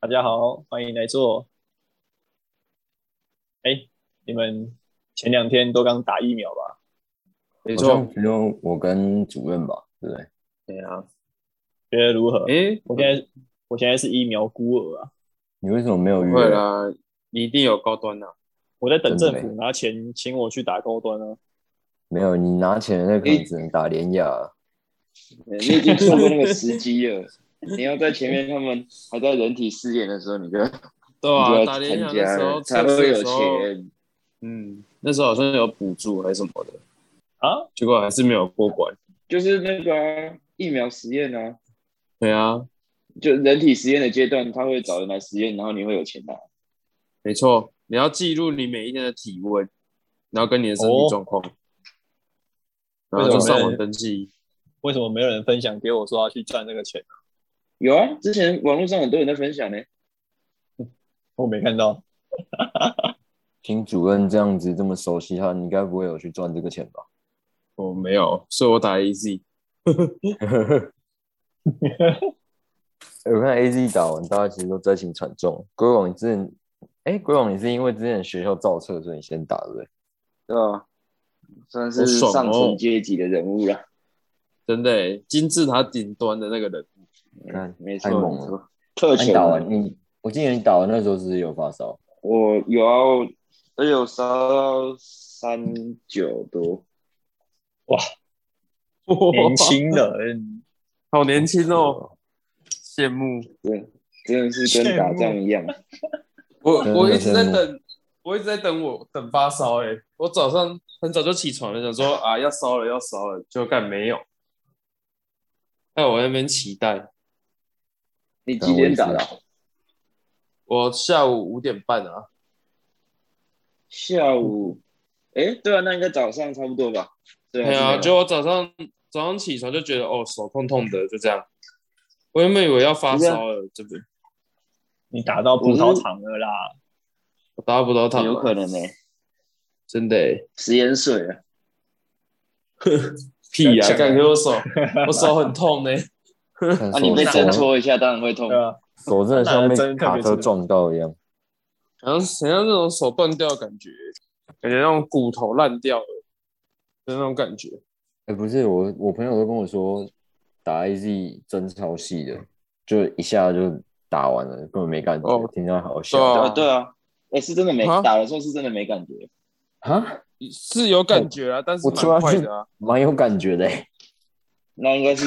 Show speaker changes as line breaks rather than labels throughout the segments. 大家好，欢迎来做。哎，你们前两天都刚打疫苗吧？
没
好
错，
像只有我跟主任吧，对不对？
对啊。
觉得如何？
诶，
我现在我现在是疫苗孤儿啊，
你为什么没有
不
约？
会啦，你一定有高端呐、
我在等政
真的
府拿钱请我去打高端啊。
没有，你拿钱那可能只能打连雅。
对你已经错过那个时机了。你要在前面他们还在人体试验的时候，你就
对
你就
啊，
要
打联
参
想那
加
时候
了，才
测试
会
的
有
时候，
钱。
嗯，那时候好像有补助还是什么的，
啊，
结果还是没有过关。
就是那个啊、疫苗实验啊，
对啊，
就人体实验的阶段，他会找人来实验，然后你会有钱拿。
没错，你要记录你每一天的体温，然后跟你的身体
哦
状况，然后就
为什么
上网登记。
为什么没有人分享给我说要去赚那个钱？
有啊，之前网络上很多人在分享呢、
我没看到。
听主任这样子这么熟悉他，你该不会有去赚这个钱吧？
我哦没有，所以我打 AZ。
欸我看 AZ 打完，大家其实都灾情惨重。鬼网你之前，哎、鬼网你是因为之前学校造册，所以你先打对不对？
对吧？算
好
是
爽哦
上层阶级的人物啦。
真的欸，金字塔顶端的那个人，
看
没
太
错，
猛
没
了
错。特
那你
权
打
啊。
完，你我记得你打完那时候是不是有发烧，
我有啊，而且我烧到三九多，
年轻 人，
好年轻哦，羡慕。
真的是跟打仗一 样。
我
真的
我一直在
羡慕
等，我一直在等我等发烧哎、我早上很早就起床了，想说啊要烧了要烧了，就干没有。哎，我在那边期待，
你几点打的啊？
我下午五点半啊，
下午，哎，对啊，那应该早上差不多吧？对
对啊，
是
就我早上早上起床就觉得哦手痛痛的，就这样。我原本以为要发烧了，这边
你打到葡萄糖了啦！
我打不到
那
他，
样有可能呢、
真的、欸、
食盐水啊，
屁呀、
想
感觉我手我手很痛欸呢、
看
啊，你被针
手手
戳一下，当然会痛
对。啊，
手真的像
那针
被
特别
卡车
刺
撞到一样。
好像很像那种手断掉的感觉，感觉那种骨头烂掉了的那种感觉。
哎、不是我，我朋友都跟我说，打 AZ 针超细的，就一下就打完了，根本没感觉，
哦
听起来好笑。
对
对
啊
啊，对啊，哎，是真的没
啊
打的时候是真的没感觉，
哈，
是有感觉啊，但是
我突
蛮
然
快的啊。
蛮有感觉的、欸。
那应该是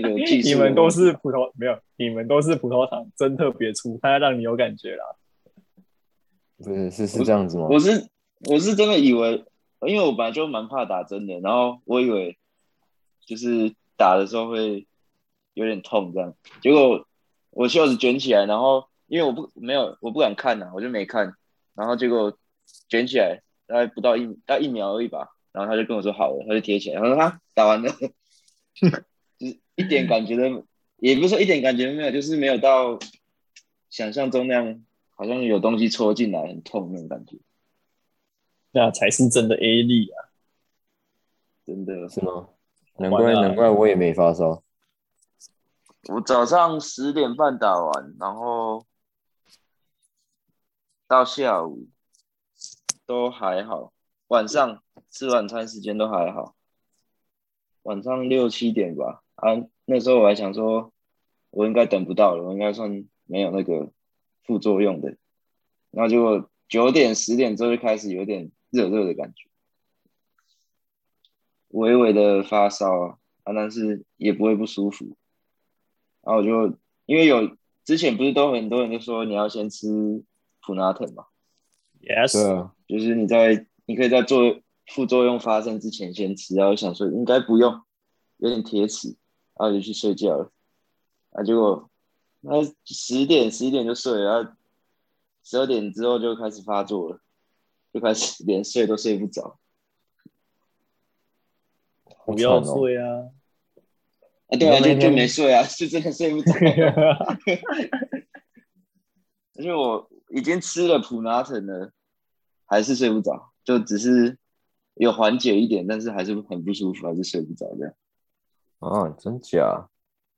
个技术。
你们都是葡萄没有，你们都是葡萄糖真特别粗，它让你有感觉啦。
不是是是这样子吗？
我是我是真的以为，因为我本来就蛮怕打针的，然后我以为就是打的时候会有点痛这样，结果我袖子卷起来，然后因为我不没有我不敢看啊呐、我就没看，然后结果卷起来大概不到一大概一秒而已吧，然后他就跟我说好了，他就贴起来，他说哈打完了，就是一点感觉都也不是说一点感觉都没有，就是没有到想象中那样。好像有东西戳进来，很痛那种感觉。
那才是真的 A 力啊！
真的，
是吗？难
完
怪
了啊
难怪我也没发烧。
我早上十点半打完，然后到下午都还好，晚上吃晚餐时间都还好，晚上六七点吧。啊，那时候我还想说，我应该等不到了，我应该算没有那个副作用的。然后结果九点十点之后就开始有点热热的感觉，微微的发烧啊，啊但是也不会不舒服。然后我就因为有之前不是都很多人就说你要先吃普拿疼嘛，
对
Yes，
啊，
就是你在你可以在做副作用发生之前先吃，然后我想说应该不用，有点铁齿，然后就去睡觉了，啊结果那十点十一点就睡了，然后十二点之后就开始发作了，就开始连睡都睡不着，
好
不
惨
要
哦。
睡啊！
啊对啊
你说那
就
天
就没睡啊，就真的睡不着。而且我已经吃了普拿疼了，还是睡不着，就只是有缓解一点，但是还是很不舒服，还是睡不着这样。
啊，真假？
啊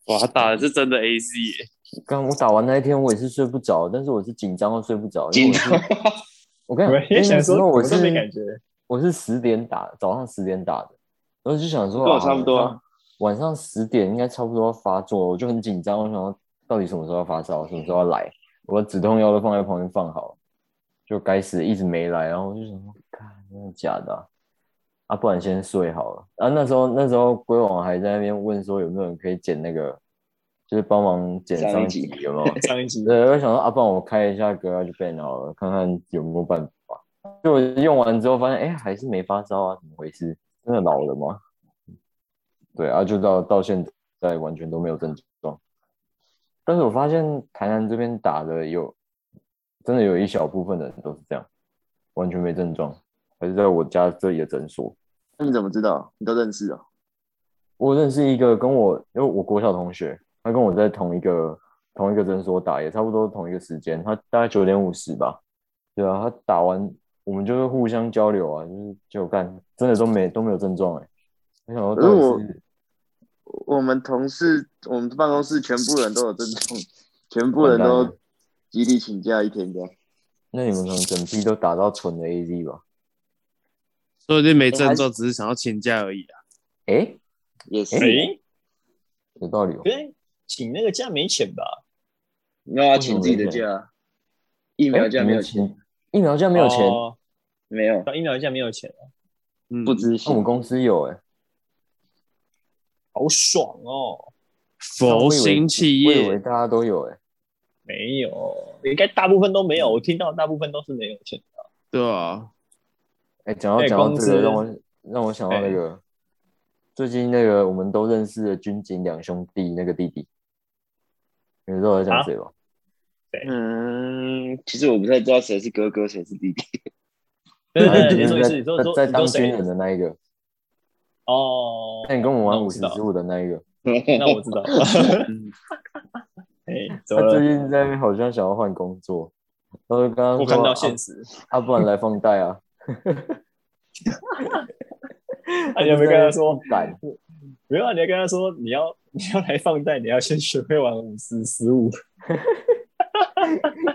哇，他打的是真的 AZ，耶
刚我打完那一天，我也是睡不着，但是我是紧张到睡不着。因为我是
紧张，
我跟你
我
讲，
也想说
那时候我
怎么都没
嗯是
感觉
我是十点打，早上十点打的，然后就想说
跟我
啊
差不多啊
晚上晚上十点应该差不多要发作了，我就很紧张，我想说到底什么时候要发烧，什么时候要来，我的止痛药都放在旁边放好，就该死一直没来，然后我就想说，看真的假的啊、啊，不然先睡好了。啊，那时候那时候龟王还在那边问说有没有人可以剪那个，就是帮忙剪
上一
上一
集
集有没有？
上一集
对，我想说啊，不然我开一下歌就变好了，看看有没有办法。就我用完之后发现，哎、还是没发烧啊，怎么回事？真的老了吗？对啊，就到到现在完全都没有症状。但是我发现台南这边打的有，真的有一小部分的人都是这样，完全没症状，还是在我家这里的诊所。
那你怎么知道？你都认识哦？
我认识一个跟我，因为我国小同学，他跟我在同一个同一个诊所打，也差不多同一个时间，他大概九点五十吧。对啊，他打完我们就会互相交流啊，就是就干，真的都没都没有症状哎、我想说到
可是我
底是
我们同事，我们办公室全部人都有症状，全部人
完
都
蛋了
集体请假一天这样。
那你们可能整批都打到纯的 AZ 吧？
说不定没
还
症
是
状，只是想要请假而已啊。
哎、
也是，
诶，
有道理哦
可。是请那个假没钱吧？
你要请自己的假，啊疫
哎
苗假
诶
没
你
有
们
请，
请，疫苗假没有钱，
哦
没有
疫苗假没有钱，
嗯，
不知
那我
情
们。公司有哎、
好爽哦！
佛心企
我以为
业，
大家都有哎、
没有，应该大部分都没
嗯
有，我听到大部分都是没有钱。
对啊，
哎、讲到
哎
讲到
公
这个，
司
让我让我想到那
哎
个、最近那个我们都认识的军警两兄弟那个弟弟，你们知道我在讲
啊
谁吧？
嗯，其实我不太知道谁是哥哥，谁是弟弟。
对
反
对
正
对，你
就
说
是
一次，你
在
说你说
在
你说
在当军
谁？
人的那一个，
哦，
那你跟我们
那
玩
我
五
知
十
道
之五的那一个，
那我知 道。
嗯
哎，怎
他
么
最
了？
近在那边好像想要换工作，然后就跟他说
我看到
啊
现实，
啊，不然来放贷啊，
啊，你有没有跟他说
不？敢，
没有啊，你要跟他说你要 你要来放贷，你要先学会玩五十十五。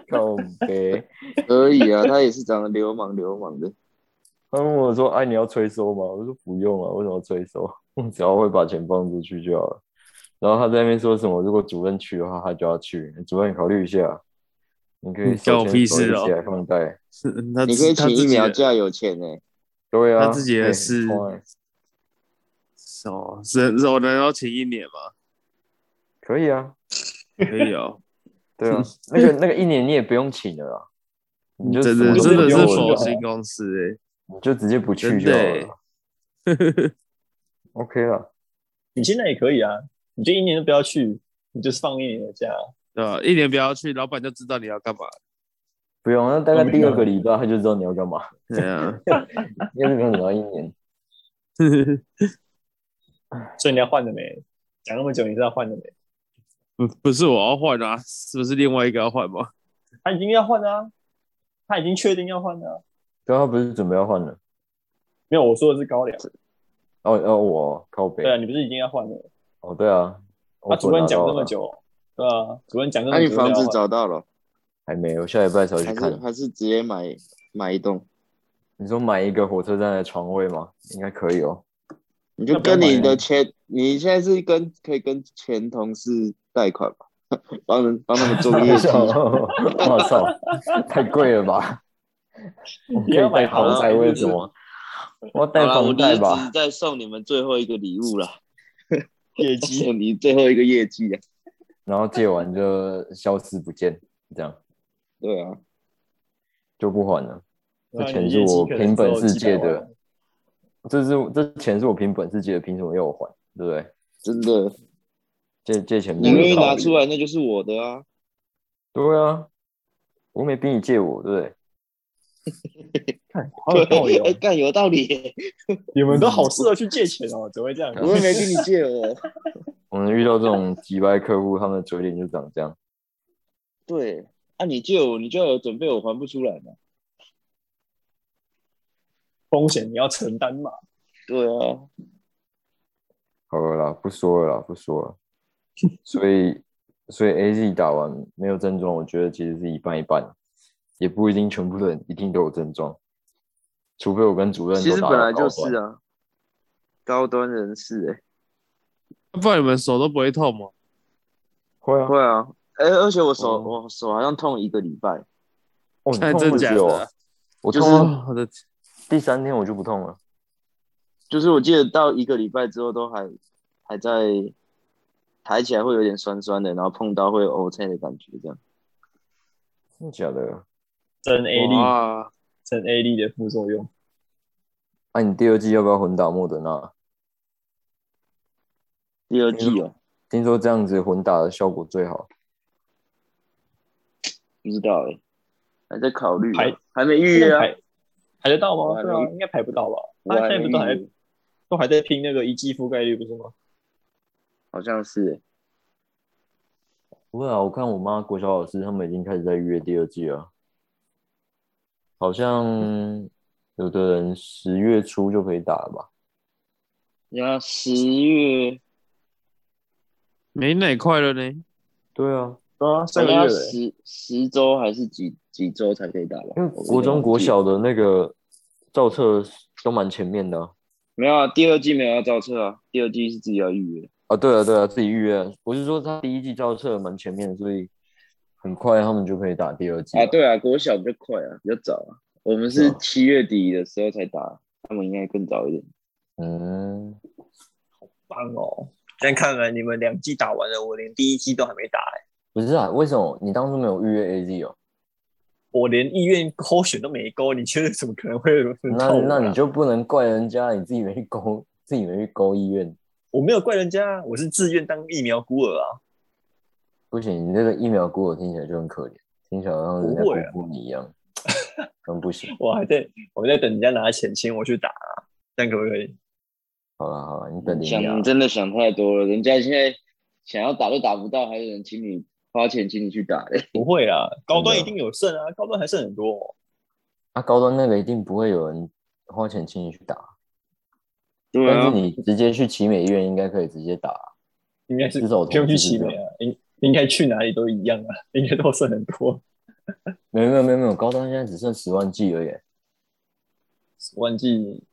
告别。
可以啊，他也是长得流氓流氓的。
他问我说：“哎、你要催收吗？”我说：“不用啊，为什么要催收？ 我只要会把钱放出去就好了。”然后他在那边说什么：“如果主任去的话，他就要去。主任，你考虑一下，你可以
你干
手
我
牵
屁
手
事
一
哦
起来放贷。
是他
你可以
他
请
自己
疫苗
的
假，有钱欸呢、
对啊，
他自己也
哎
是
很快
哦，是是我能要请一年吗？
可以啊，
可以哦，
对啊，那个那个一年你也不用请了啦，你就
真
什
的
么都
真
不
的是
用
佛
了
心公司欸
你就直接不去就
真
好
的欸
了。OK 了，
你现在也可以啊，你就一年都不要去，你就是放一年的假。
哎，对吧？一年不要去，老板就知道你要干嘛。
不用，那大概
哦没
第二
有
个礼拜他就知道你要干嘛，
对啊，
因为你可能等到一年。
所以你要换了没？讲那么久，你知道换了没？
不嗯不是我要换啊，是不是另外一个要换吗？
他已经要换了啊，他已经确定要换了啊。
对啊，他不是准备要换了？
没有，我说的是高粱。
哦哦，我靠北
对啊，你不是已经要换了？
哦，对啊，
他
我
主任
拿
讲
到
这么
了，哦
久，对啊，主任讲这
那、
么久，
你啊房子
要换
找到了，
还没，我下礼拜才去
还是
看。
还是直接买买一栋？
你说买一个火车站的床位吗？应该可以哦。
你就跟你的前，你现在是跟可以跟前同事贷款吧，帮人帮他们 做业绩。
我操，太贵了 吧？我可
你要
以
买
贷房贷为什么？我贷
好啦
房
我就
贷
是只
吧
是。在送你们最后一个礼物啦，
业绩，
送你最后一个业绩啊。
然后借完就消失不见，这样
对啊，
就不还了。
对啊
这钱
你
是
业绩
我
可能
凭本
只有
事
几
借
百万
的这是这钱是我凭本事借的，凭什么要我还？对不对？
真的，
借借钱没
你
有
愿意
道
拿
理
出来，那就是我的啊。
对啊，我没逼你借我，对不对？
好有道理
哎，
哦！
干有道理耶，
你们都好适合去借钱哦，怎么会这样？
我又没跟你借哦。
我们遇到这种几百客户，他们的嘴脸就长这样。
对，啊，你借我，你就要有准备，我还不出来嘛。
风险你要承担嘛。
对啊，
好了啦，不说了啦，不说了。所以， 所以 A Z 打完没有症状，我觉得其实是一半一半，也不一定全部的人一定都有症状，除非我跟主任
其
都
实
打
本来
了
就
高
是
端。
啊，高端人士哎、
不然你们手都不会痛吗？
会啊，
会啊，哎、而且我手、
哦
我手好像痛一个礼拜，
哦，你
看
痛
真
不
假
久
的
啊，，我
就
痛
是
到
哦我的天
第三天我就不痛了。
就是我记得到一个礼拜之后都还还在抬起来会有点酸酸的，然后碰到会有 O K 的感觉这样。
真的假的？
真 A 力，
哇！
真 A 力的副作用。
那、啊你第二季要不要混打莫德纳？
第二季哦，
听说这样子混打的效果最好。
不知道哎、还在考虑啊、
排
还没预约啊，
排排得到
我
吗？
还
对
没
啊，应该排不到吧？
我
他
还
现在
没
不是还
预约
都还在拼那个一季覆盖率不是吗？
好像是、欸，
不会啊，我看我妈国小老师他们已经开始在预约第二季了，好像有的人十月初就可以打了吧？
然后十月，
没奶快了呢，
对啊，
对啊，
好
上个月
像要
了欸
十十周还是几几周才可以打吧？
因为
我有点
国中
忘
国
记
小的那个造册都蛮前面的啊。
没有啊，第二季没有要造册啊，第二季是自己要预约。
啊对啊对啊，自己预约。我是说他第一季造册蛮前面的，所以很快他们就可以打第二季
啊，
了。
对啊，国小比较快啊，比较早啊。我们
是
是
啊
七月底的时候才打，他们应该更早一点。
嗯，
棒哦！但看来你们两季打完了，我连第一季都还没打欸
不是啊，为什么你当初没有预约 AZ 哦？
我连意愿勾选都没勾，你觉得怎么可能会有人
那
套我啊
那你就不能怪人家，你自己没去勾，自己没去勾医院。
我没有怪人家啊，我是自愿当疫苗孤儿啊。
不行，你这个疫苗孤儿听起来就很可怜，听起来好像人家
不会啊
辜负你一样，真不行。
我还在我在等人家拿钱请我去打啊、这样可不可以？
好了好了，你啊等领
想
养
你，真的想太多了，人家现在想要打都打不到，还有人请你花钱请你去打嘞。
不会啊，高端
真
一
的
定有剩啊，高端还剩很多、哦。
啊，高端那个一定不会有人花钱请你去打，
对
但是
啊，
你直接去奇美医院应该可以直接打。
应该是
至少我
不用
同
去
事是
奇
这
美啊，应应该去哪里都一样啊， 应该都剩很多。
没有没有没有没有，高端现在只剩十万剂而已，
万记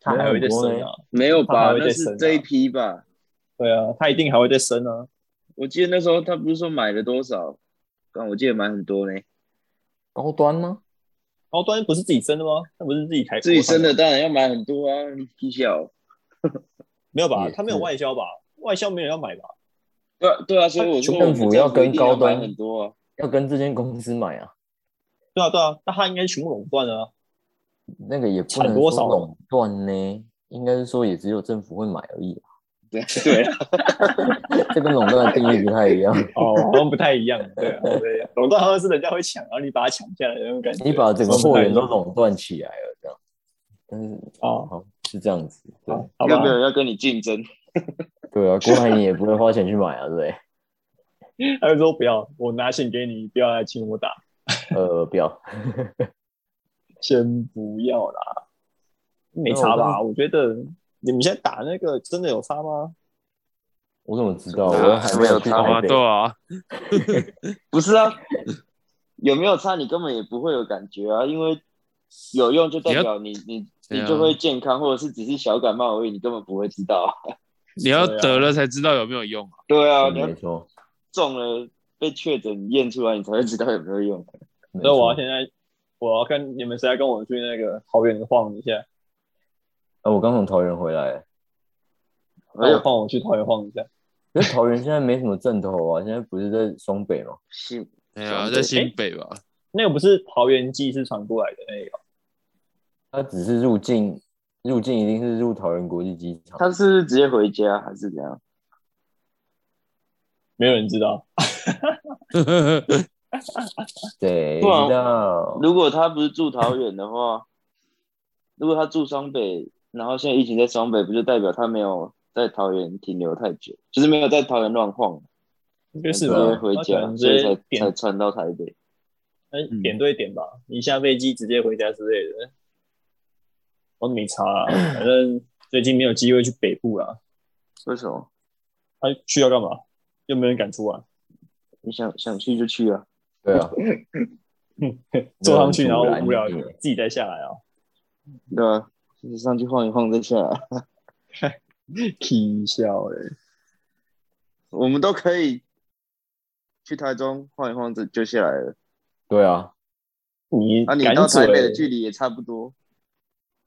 差
他还会
很
再
多
升
呢
啊，
没有
他
吧
还？会
那
再生啊
是这一批吧？
对啊，他一定还会再升啊。
我记得那时候他不是说买了多少？刚我记得买很多呢，
高端吗？
高端不是自己升的吗？他不是自己开
自己生的当然要买很多啊，你皮小。
没有吧
也？是
他没有外销吧？外销没人要买吧？
对啊对啊，所以我说
政
我们
府要跟
一定要
高端
买很多啊。
要跟这间公司买啊，
对啊，对啊，那他应该全部垄断了啊。
那个也不
产
能
多
说
少
垄断呢，应该是说也只有政府会买而已啊、
对对啊，
这跟垄断的定义不太一样。
哦，好像不太一样。对啊，对啊，垄断好像是人家会抢，然后你把它抢下来的那种感觉。
你把整个
好像不
货
太
源都
一样
垄断起来了，这样。但是
哦，
好是这样子，对
好，好
要
吧
没，有要跟你竞争？
对啊，郭台铭也不会花钱去买啊，对不对？
他就说不要，我拿钱给你，不要来请我打，
呃，不要，
先不要啦，没差吧？我觉得你们现在打那个真的有差吗？
我怎么知道？
对啊
我还没有去
他
好啊，
台北嗯
对。啊，
不是啊，有没有差你根本也不会有感觉啊，因为有用就代表你你
对啊
你就会健康，或者是只是小感冒而已，你根本不会知道啊。
你要
对啊
得了才知道有没有用啊。
对啊，
嗯
你要
没错，
中了被确诊验出来，你才会知道有没有用。
没
所以我要
错。
啊现在，我要跟你们谁来跟我去那个桃园晃一下，
啊，我刚从桃园回来，
哎呦，
放我去桃园晃一下。
可是桃园现在没什么正头啊，现在不是在双北吗？
信
对啊，在新北吧，
那个不是桃园机是传过来的那个，
它只是入境，入境一定是入桃园国际机场。
他是不是直接回家还是怎样？
没有人知道。
谁
不然
知道？
如果他不是住桃园的话，如果他住双北，然后现在疫情在双北，不就代表他没有在桃园停留太久，就是没有在桃园乱晃，
应该
直
是吧
接？回
他可
家，
能
所
直
以
接
才才
点
传到台北。
嗯点对点吧，一下飞机直接回家之类的。我没差 啊，反正最近没有机会去北部啦。
为什么？
他去要干嘛？又没人敢出来。啊
你想想去就去啊。
对啊，
坐上去然后
没有人阻
无聊
拦你
自己再下 来哦，
对啊，就是上去晃一晃再下来，
皮笑哎，
我们都可以去台中晃一晃就就下来了。
对啊，
你
啊，你
赶
到台北的
嘴
距离也差不多。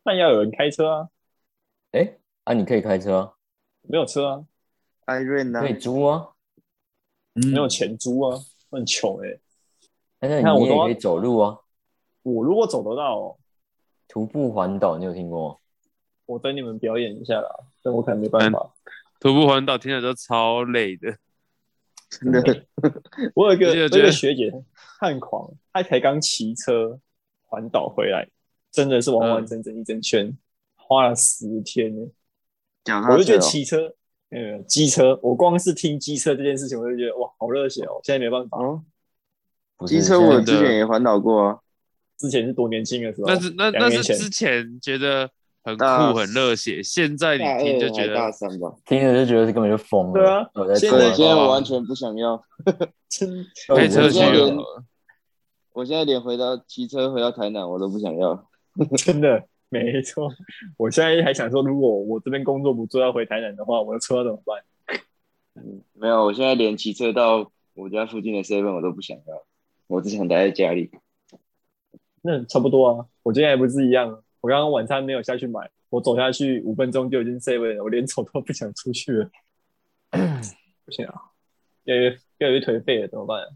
但要有人开车啊，
哎，啊，你可以开车啊，
没有车啊，
艾瑞呢
可？以租啊，
没有钱租啊，我很穷哎、
哎，那
看我
你
都
也
要
可以走路啊，
我如果走得到、哦，
徒步环岛，你有听过吗？
我等你们表演一下啦，但我可能没办法。
徒步环岛听着都超累的，
真的，
我有一个
我
我
觉得
有
觉
一
得
个学姐，汉狂，她才刚骑车环岛回来，真的是完
嗯
完整整一整圈，花了十天呢。
讲
我就觉
这
得骑车，呃，机车，我光是听机车这件事情，我就觉得哇，好热血哦！现在没办法，
哦，
不是
机车我
现在
之前也环岛过啊，
之前是多年轻的时候，
但是那
啊两
那
年
是
前
之前觉得很酷
大
很热血，现在你听就觉
大
得
三吧。
听着就觉得是根本就疯了，
对啊
我在
现
做
在
对，
啊
现在我完全不想要，
真呃
开车
我
去
现在连
了。
我现在连回到骑车回到台南我都不想要。
真的没错。我现在还想说，如果我这边工作不做要回台南的话，我的车怎么办？
没有，我现在连骑车到我家附近的 seven 我都不想要，我只想待在家里。
那差不多啊，我今天还不是一样，啊我刚刚晚餐没有下去买，我走下去五分钟就已经 seven 了，我连走都不想出去了，不行啊，越来越越来越颓废了，怎么办、啊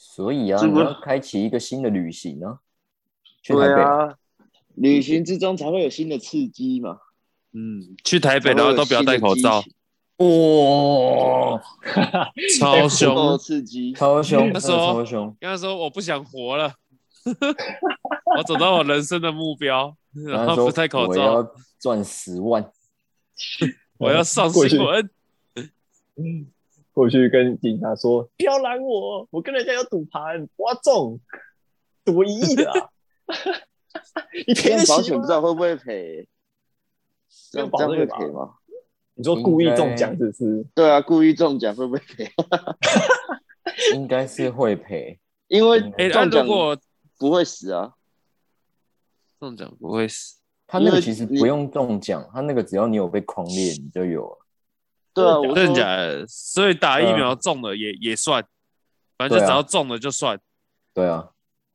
所以啊，
是
你
不是
要开启一个新的旅行啊，去台
对
北，
啊，旅行之中才会有新的刺激嘛。
嗯，去台北
才
然
会
后
有
都不要
新的
戴口
激
罩，
情，
哇，
超
不够
凶。
刺激。
超凶，
那时
真的
候
超凶，
跟他说我不想活了，我找到我人生的目标，然
他
后
说
不戴口
我
罩，
要赚十万，
我要上
过去
新闻。
过去跟警察说，不要拦我，我跟人家有赌盘，我要中，赌一亿的啊，你赔
现
得
在保
起
险不
吗？
知道会不会赔，这样
保
这样
这个
会
吧
赔吗？
你说故意中奖是不是？
对啊，故意中奖会不会赔？
应该是会赔，
因为
嗯
哎，那
中
如
奖
果
不会死啊，
中奖不会死，
他那
因
个
为
其实
你
不用中奖，他那个只要你有被狂猎，你就有了，
对啊，我
真的
说
假的？所以打疫
对啊
苗中了也也算，反正就
对啊
只要中了就算。
对啊，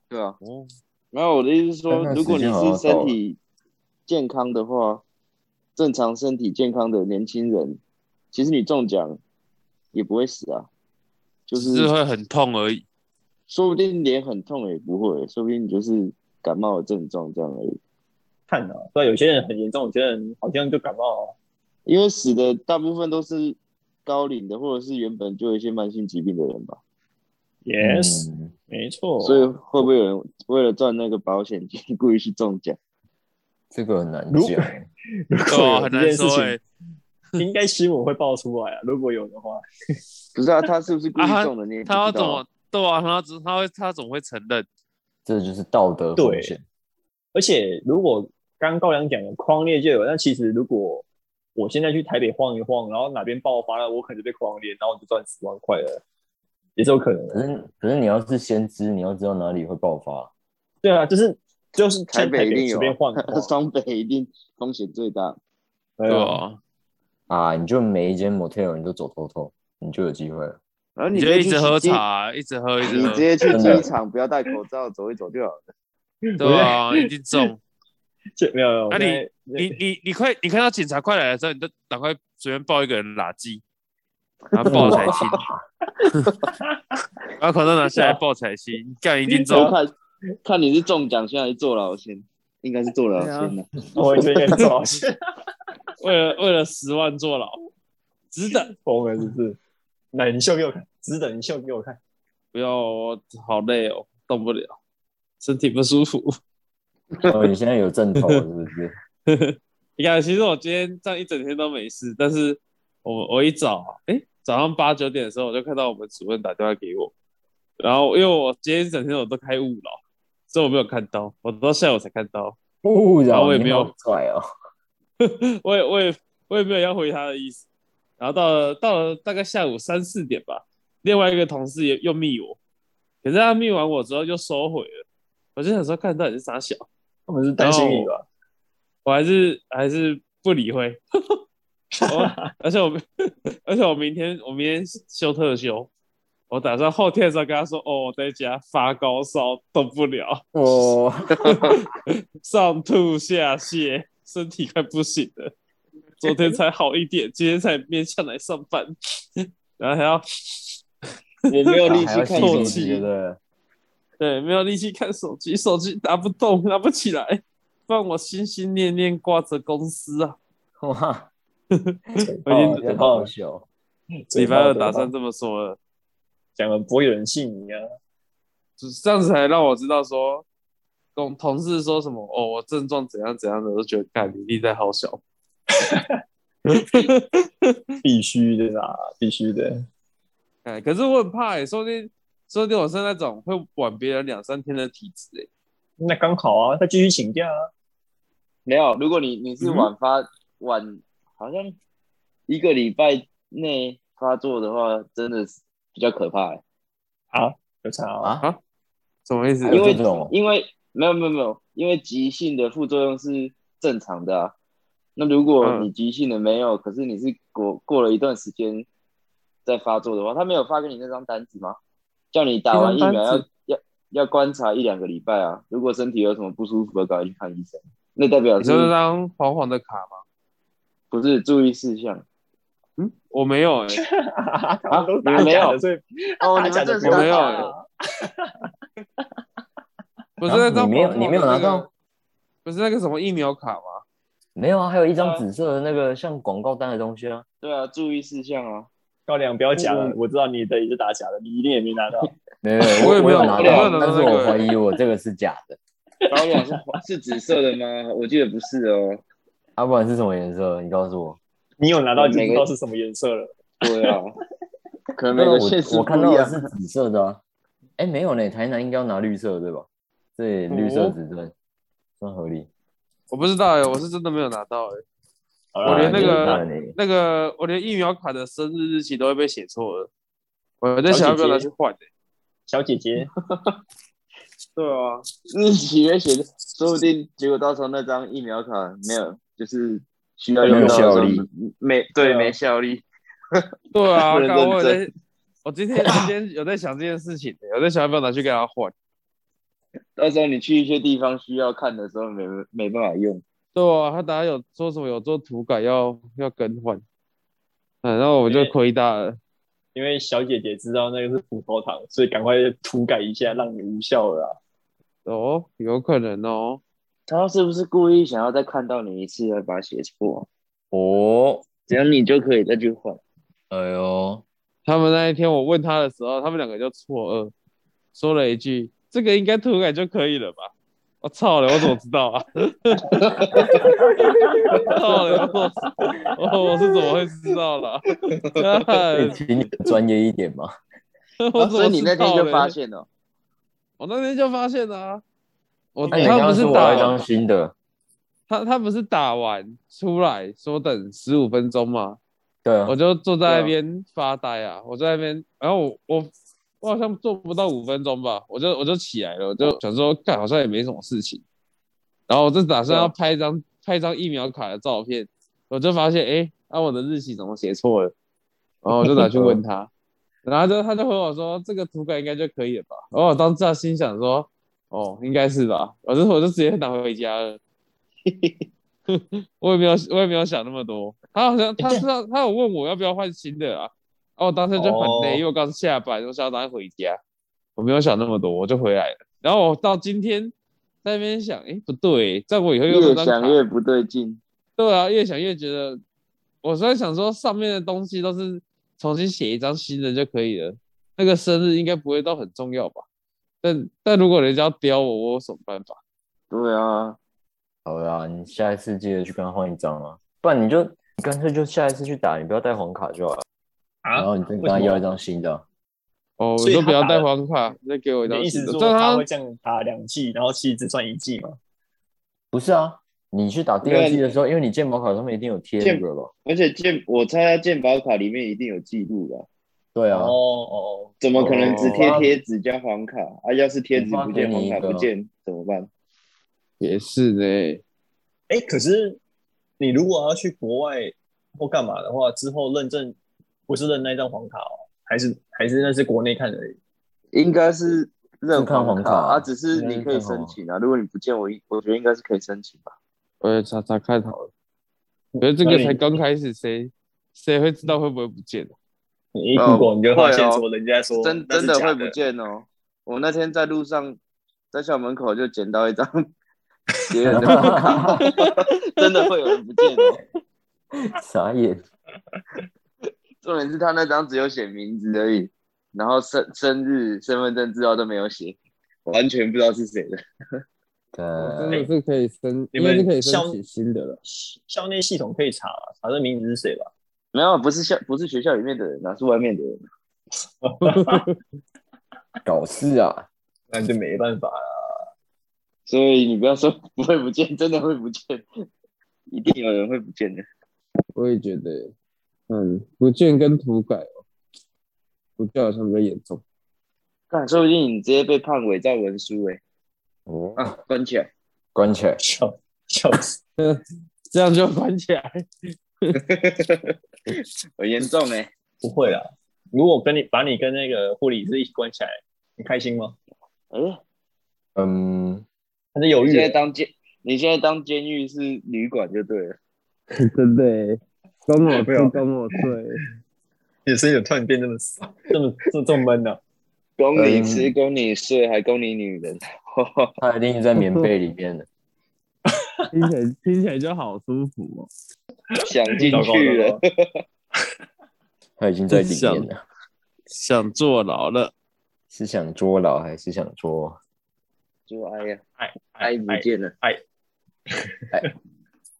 对啊。
哦，
然后我的意思是
但
说，
那
如果
时
你
间好像
是
到
身
了
体健康的话，正常身体健康的年轻人，其实你中奖也不会死啊，就
只是
是
会很痛而已。
说不定脸很痛也不会，说不定你就是感冒的症状这样而已。
看啊，对啊，有些人很严重，有些人好像就感冒、啊，
因为死的大部分都是高龄的，或者是原本就有一些慢性疾病的人吧，
yes，、
嗯
没错，
哦
所以会不会有人为了赚那个保险金 故意去中奖？
这个很难
如
讲，
如
对
果
啊，
有
很
这
难
件事
说
情，
哎。
应该新闻会爆出来啊，如果有的话，
不知道、他是不是故意中的，你也不知
啊他要怎
道啊
么。？对啊，他怎他会他总会承认？
这就是道德风险，
而且如果刚高粱讲的框列就有，那其实如果我现在去台北晃一晃，然后哪边爆发了，我可能就被框列，然后我就赚十万块了，也是有可能的。
可是可是你要是先知，你要知道哪里会爆发，
对啊，就是就是
台北
北
一定有
随
啊，
便晃一晃
双北一定风险最大。
对
对
啊，
啊，
啊，你就每一间 motel 你都走透透，你就有机会 了。
然后
你
直
就
接
一
去
直喝
机，
茶，一直喝，一直
你直
喝。
接去
真的
机场，不要戴口罩，走一走就好了。
对啊，一定中。
这没有没有，
那你
我现在
你你你快，你看到警察快来的时候，你就赶快随便抱一个人垃圾，然后抱才亲，把口罩拿下来抱才亲，干一定
然
中。
后看看你是中奖先还是坐牢先，应该是坐牢先啊的。
我觉得应该是好像
为了为了十万坐牢，值得。
疯了，是不是？那你秀给我看，只等你秀给我看。
不要，我好累哦，动不了，身体不舒服。
哦，你现在有正头了是不是？
你看，其实我今天这样一整天都没事，但是我我一早，哎、早上八九点的时候，我就看到我们主任打电话给我，然后因为我今天一整天我都开悟了，所以我没有看到，我到下午才看到，
不然
然后我也
你
没有
哦好拽 哦，
我也我也我也没有要回他的意思，然后到了到了大概下午三四点吧，另外一个同事也又密我，可是他密完我之后又收回了，我就想说看到底是啥小，
他们是担心你
然
吧？
我还是还是不理会。我而且我而且我明天我明天休特休，我打算后天的时候跟他说，哦，我在家发高烧动不了，
哦，
上吐下泻，身体快不行了。昨天才好一点，今天才勉强来上班，然后还要
哦我没有
啊
力
还
气
要
看
看
手
手
机
手
机，
机的，
对，没有力气看手机，手机拿不动，拿不起来，让我心心念念挂着公司啊。
哇，
我已经
哦要
哦
好 久，
礼拜二打
嘴炮
算这么说了，
讲了不会有人信你啊。
就上次还让我知道说，跟同事说什么哦，我症状怎样怎样的，我都觉得干你力在好小。
必须的啦，必须的。
哎，可是我很怕哎、说不定说不定我是那种会晚别人两三天的体质哎、
那刚好啊，他继续请假啊。
没有，如果你你
嗯
是晚发、晚，好像一个礼拜内发作的话，真的是比较可怕欸、
有差
啊
啊，
什么意思？
还
因
有
为
这种哦
因为没有没有没有，因为急性的副作用是正常的啊。那如果
嗯
你急性的没有，可是你是过过了一段时间再发作的话，他没有发给你那张单子吗？叫你打完疫苗
那张单
要
子
要要观察一两个礼拜啊。如果身体有什么不舒服，赶快去看医生。那代表
你说那
是
张黄黄的卡吗？
不是注意事项？
嗯，我没有哎、
他们都打
没
假
有
的，所以
哦，
打
你
假
们
的
这
不用
我
是打
没有
假
欸
的啊。
不是
啊
那张、
你没有你没有拿到，
不是那个什么疫苗卡吗？
没有啊，还有一张
啊
紫色的那个像广告单的东西啊，
对啊，注意事项啊。
高粱不要假了
嗯，
我知道你的也是打假的，你一定也没拿到。
没有，没
我
我
也没有
有拿
我也没有
到，
拿到
但是
那
我
个
怀疑我这个是假的，
高粱是黄是紫色的吗？我记得不是哦。
啊，不然是什么颜色？你告诉我，
你有拿到就
每
知
个
道是什么颜色了。
对啊， 可能每
我
个县市
我看
不
到
一
的
样。
是紫色的啊，哎，没有呢，台南应该要拿绿色的对吧？对，绿
哦
色紫色，算合理。
我不知道哎、我是真的没有拿到哎、
好
我
啦
连那
你
个
拿
啊那你
那个我连疫苗卡的生日日期都会被写错了，我在想要不要拿去换、欸、
小姐姐，
对啊，
日期会写的，说不定结果到时候那张疫苗卡没有，就是需要
没有
用到的时候
效力，
没对
对啊
没效力。
对啊，
不能
刚我有
认真
在，我今天今天有在想这件事情、欸，我在想要不要拿去给他换。
到时候你去一些地方需要看的时候没没办法用，
对啊，他大家有说什么有做涂改要要更换，嗯，然后我就
对
亏大了。
因为小姐姐知道那个是葡萄糖，所以赶快涂改一下，让你无效了啊。
哦，有可能哦，
他是不是故意想要再看到你一次，要把它写错？
哦，
只要你就可以再去换。
哎呦，
他们那一天我问他的时候，他们两个就错愕，说了一句：“这个应该涂改就可以了吧？”我操了，我怎么知道啊？操了，我怎么知哦，我是怎么会知道 了、
可以
干
请你专业一点嘛？
我
哦
怎
所
么
以你那
知
天
道
就发
嘞？
现了，
我那天就发现了、啊，我
那你
他
刚
不
刚
是
说我要一张
打
新的，
他他不是打完出来说等十五分钟吗？
对啊
我，就坐在那边发呆啊，我在那边，然后我我我好像坐不到五分钟吧，我就我就起来了，我就想说，干好像也没什么事情，然后我就打
啊
算要拍一张拍一张疫苗卡的照片，我就发现，哎、那、我的日期怎么写错了？然后我就拿去问他，然后他就他就回我说，这个涂改应该就可以了吧？然后我当时心想说，哦，应该是吧，我就我就直接拿回家了。 我也没有，我也没有想那么多。他好像他知道，他有问我要不要换新的啊。哦，我当时就很
哦
累，因为我刚下班，我想要赶快回家，我没有想那么多，我就回来了。然后我到今天在那边想，诶，不对，在我以后用
越
这张
想
卡，
越不对劲。
对啊，越想越觉得，我在想说上面的东西都是重新写一张新的就可以了。那个生日应该不会到很重要吧？但但如果人家要刁我，我有什么办法？
对啊，
好啦，你下一次记得去跟他换一张啊，不然你就你干脆就下一次去打，你不要带黄卡就好了，然
啊，
后你再跟
为什
他
么
要一张新的啊。
哦，
所
你
以
都不
他
要
打
带
了
黄卡，再给我
你
一
的
张
意思
新
是
的。啊
说
但
他
他
会这样打两季，然后其实只算一季吗？
不是啊，你去打第二季的时候，因为你健保卡上面一定有贴那个吧？
而且健我猜他健保卡里面一定有记录吧？
对啊，
哦哦，
怎么可能只贴
哦
贴纸加黄卡啊？要是贴纸不见，
我发给
黄
你一
卡
个
不见怎么办？
也是的，
哎、可是你如果要去国外或干嘛的话，之后认证不是认那张黄卡哦，还是还是那是国内看的而已。
应该是认
是看黄
卡
卡
啊，只是
应该是
你可以
看黄
申请啊。如果你不见，我我觉得应该是可以申请吧。
我也查查看好了。可是这
那
个
你
才刚开始，谁谁会知道会不会不见？啊
你一
哦
Google 你就发现
会哦
说人家说
真
那是
真的
假
会不见哦。我那天在路上，在校门口就捡到一张 别人的黄 卡，真的会有人不见哦。
傻眼，
重点是他那张只有写名字而已，然后生生日、身份证资料都没有写，完全不知道是谁的。
哦真
对，
的是可以申，
哎你
应该
们
是可以申
校
请新的了。
校内系统可以查，查这名字是谁吧？
没有，不是校，不是学校里面的人啊，是外面的人。
搞事啊！
那就没办法了。
所以你不要说不会不见，真的会不见，一定有人会不见的。
我也觉得，嗯，不见跟涂改哦，不见好像比较严重。
但啊说不定你直接被判伪造文书哎、
哦，
啊，关起来。
关起来，
笑笑死！
这样就关起来。
很严重哎、
不会啦，如果跟你把你跟那个护理师一起关起来，你开心吗？
哎、
嗯，
他是犹
你
豫
现在
的，
当监，你现在当监狱是旅馆就对了。
真的耶，跟我
不要
住跟我睡，
也是有突然变这么 这么这么这么闷的、
供你吃，
嗯
供你睡，还供你女人，
他一定是在棉被里面的，
听起来听起来就好舒服哦。
想进去
哎
了。
他已经在里面了，
想坐牢了，
是想捉牢还是想捉？
就哎呀，
哎
爱不见了。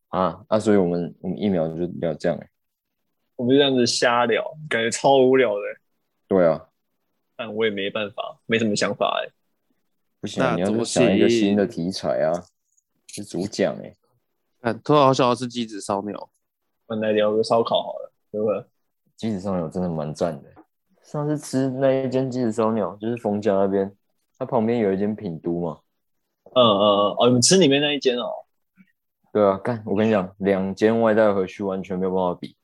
啊啊！所以我们我们疫苗就聊这样、欸。
我们就这样子瞎聊，感觉超无聊的。
对啊，
但我也没办法，没什么想法哎、
不行、啊，
那
你要
怎么
再想一个
行
新的题材啊，是主讲哎、
看，突然好想要吃鸡子烧鸟。
我们来聊个烧烤好了，如何？
鸡子烧鸟真的蛮赞的。上次吃那一间鸡子烧鸟，就是冯家那边，它旁边有一间品都嘛。
嗯嗯嗯，哦，你们吃里面那一间哦，
对啊，干，我跟你讲，两间外带回去完全没有办法比，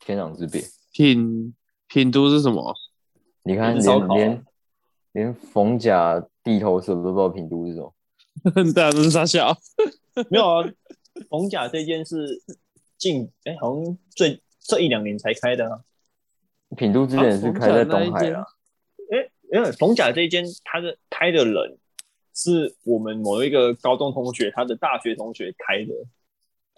天壤之别。
品品都是什么？
你看
也是
连，
烧
连
烤啊
连冯甲地头蛇都不知道品都是什么。
大家都是傻笑。
没有啊，冯甲这间是近哎、好像最这一两年才开的啊。
品都之
啊
前是开在东海啊啦，
因为冯甲这一间，他的开的人是我们某一个高中同学，他的大学同学开的，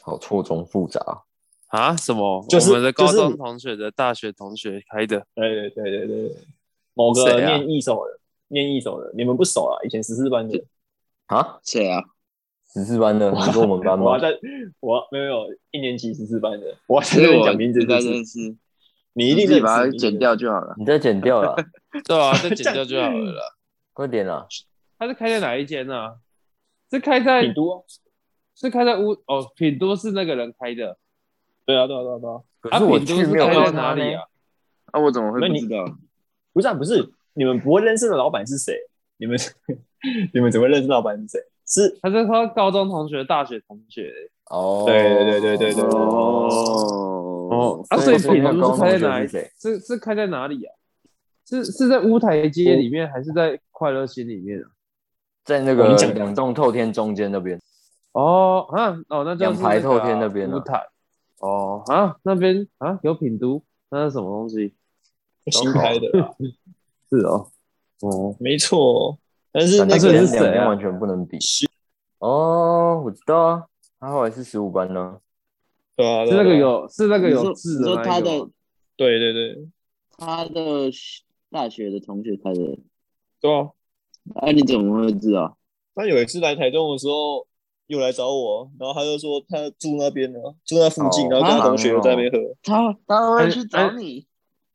好错综复杂。
啊？什么？
就是
我们的高
就是
中同学的大学同学开的。
对对对对对，某个
谁啊
念一手的，念一手的，你们不熟啊？以前十四班的，
啊，
谁啊？
十四班的，你说我们班
我
吗
还？在，我没有没有一年级十四班的，我还在
这
那
个
边
我
讲名字，
应该
是不是
认识，
你
你
一定
自己
认
把它
识，
剪掉就好了。
你再剪掉了，
对啊，再剪掉就好了啦。
快点啦！
它是开在哪一间呢、啊？是开在
品都啊，
是开在乌哦，品都是那个人开的。
对啊对啊对啊对啊，
可
啊，
是我
品都
去没有
开
看
在
到
哪
他呢
里啊？
啊，我怎么会
那
不
你
知道？
不是啊不是，你们不会认识的老板是谁？你们 你们只会认识老板是谁？是
他是他高中同学、大学同学、欸
哦，
对对对对对对
哦
啊，所
所
以
以
品都是开在
所以
哪
那个高中同学
里
是谁？
是是开在哪里啊？是是在乌台街里面，还是在快乐心里面啊？
在那
我
个
们讲
两栋透天中间那边，
哦啊哦，那就是
两排
那个啊
透天那边啊
乌台。哦啊，那边啊有品都，那是什么东西？
新开的啊，
是哦，哦，
没错，但是
但
那
那
个
个人
两
人
是
两
谁
间
啊
完全不能比。哦，我知道啊，他后来是十五班呢。
对啊，
是
对啊
那个
对啊
有是那个
你说
有字
你
的那
说
一个
他
吗
的
对对对，
他的大学的同学开的，
对啊。
啊，你怎么会知道？
他有一次来台中的时候，又来找我，然后他就说他住那边的，住那附近，然
哦
后跟他同学在那边喝。
他他
会
会
去
去
找
找你，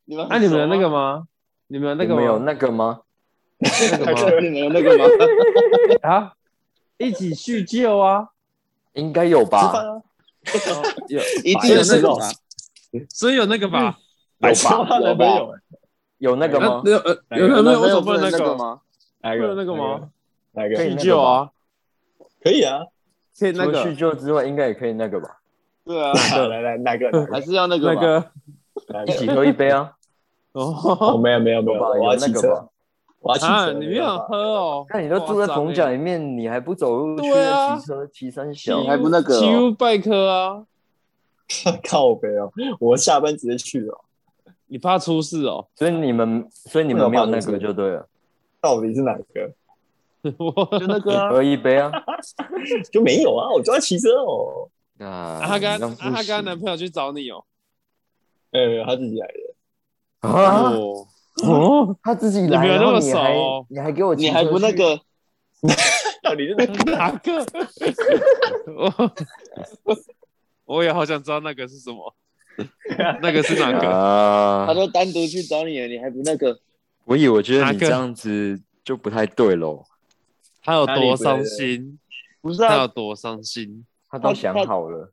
你啊们
那、啊你们有那个吗？你们有那
你
个
们有
吗？
那个吗？
那个吗？
你们有那个吗？
啊，一起叙旧啊！
应该有
吃饭
吧？
啊，
哦有，
一哦
定有那个吧
吧？
所以有那个吧？
啊白痴，他男朋友
有那个
那
吗？
那呃，
哪
有
个
没有为
男朋
什么
友不
能
能
那
那
个？
吗？
哪
不
一个？
能那个吗？
哪一
可
个？
以
去救啊，
可以啊，
可以
除
那
了叙
个
旧之外，应该也可以那个吧？
对啊，
来来来，哪个？哪
还
个？
是要那个
那
吧。
个
哪
一
个？
起喝一杯啊，
哦，
哦
没有没有没有，
吧？
我
有
要骑车
那个，吧？
我要骑
啊，
车。
你没
没
有
办法
喝哦？
看你都住在铜
奖。
奖里面，你还不走路去
对啊
那骑车骑三
骑
小？
还不那个哦
骑 U bike 啊？
靠北哦，我下班直接去了，
你怕出事哦？
所以你们，所以你们没有那个就对了，
到底是哪个？
我
就那个啊，
喝一杯啊。
就没有啊，我就要骑车哦。
啊
阿甘
你让
阿
复习
甘男朋友去找你哦。
呃，他自己来的，
啊，
哦哦，
他自己
你
来，
没有
然
那
后
么
你
熟
还
哦
你还给我骑
你
车
还不那
去，
个？
到底是哪个？
哪个？ 我我也好想知道那个是什么，那个是哪个？
啊
他都单独去找你了，你还不那个？
我以为我觉
哪
得你
个
这样子就不太对喽。
他有多伤心？
不是
他有
啊，
多伤心？
他都想好了，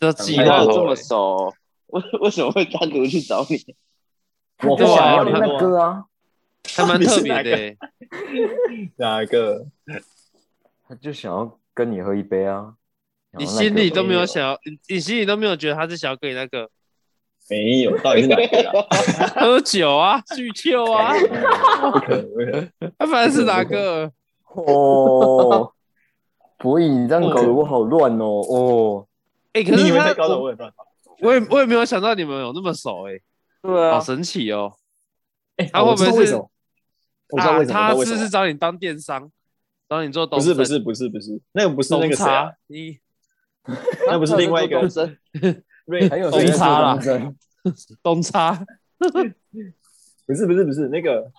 他计
你
他
跟
划
有
我这
好
么
了。
熟哦，为为什么会单独去找你？
我
就
不
想
想要
要
你
那个啊，
还蛮特别的欸，
哪个？
他就想要跟你喝一杯啊。
你
想要那
心
个
里都
没
没有
有
想要，你你心里都没有觉得他是想要跟你那个
没有，到底是哪个啊？哎
喝酒啊、聚旧啊，
不可能，不可能
他啊反正是 哪个？
啊哦，博弈，你这样搞得我好乱哦。哦，
哎，可
你以
是
为
他
太高了，我也办法。
我也我也没有想到你们有那么熟哎、
对
好，神奇哦！
哎
他会
我
不
知
会
道
是
为什么？我知道为什么，我知道
啊、他是不
为
是
什么
找你当电商，找你做东
不是不
升
是不是不是，那个不是
东
那个谁啊
差？你
那不是另外一个
东升
瑞
还有
谁在做
差
东东差
不是不是不是那个，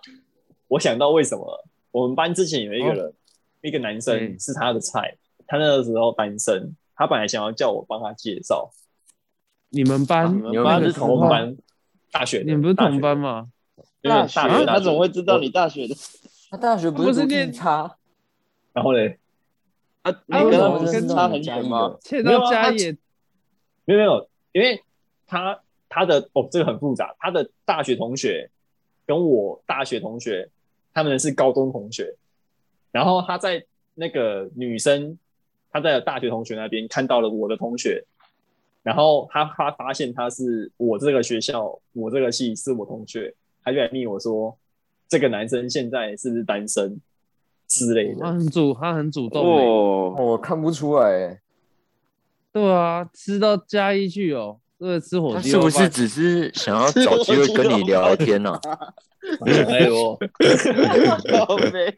我想到为什么了我们班之前有一个人，一个男生
嗯
是他的菜，他那个时候单身，他本来想要叫我帮他介绍，
你们班
啊
你
你
们
们
班
班
就是是
同
同
班
班大学的，
你们不是
大学
同
的
班？吗？
因为大学，
啊他
大
怎么
学。
会知道你大学的？
他大学
不
不是
是
读
念
地差，
然后嘞，
啊，你
啊
跟
为什
他
么
不是
跟
差很远吗？？
切
没有
到
啊
家
他
也
没有没有，因为他他的哦，这个很复杂，他的大学同学跟我大学同学，他们是高中同学，然后他在那个女生他在大学同学那边看到了我的同学，然后他他发现他是我这个学校我这个系是我同学，他就来密我说这个男生现在是不是单身之类
他
的，
很主，他很主动、欸。
哦，
我看不出来，
对啊，吃到嘉义去哦，这个吃火
他
鸡
是
肉
不
饭
是只是想要找机会跟你聊天啊呢？
想太多。
靠北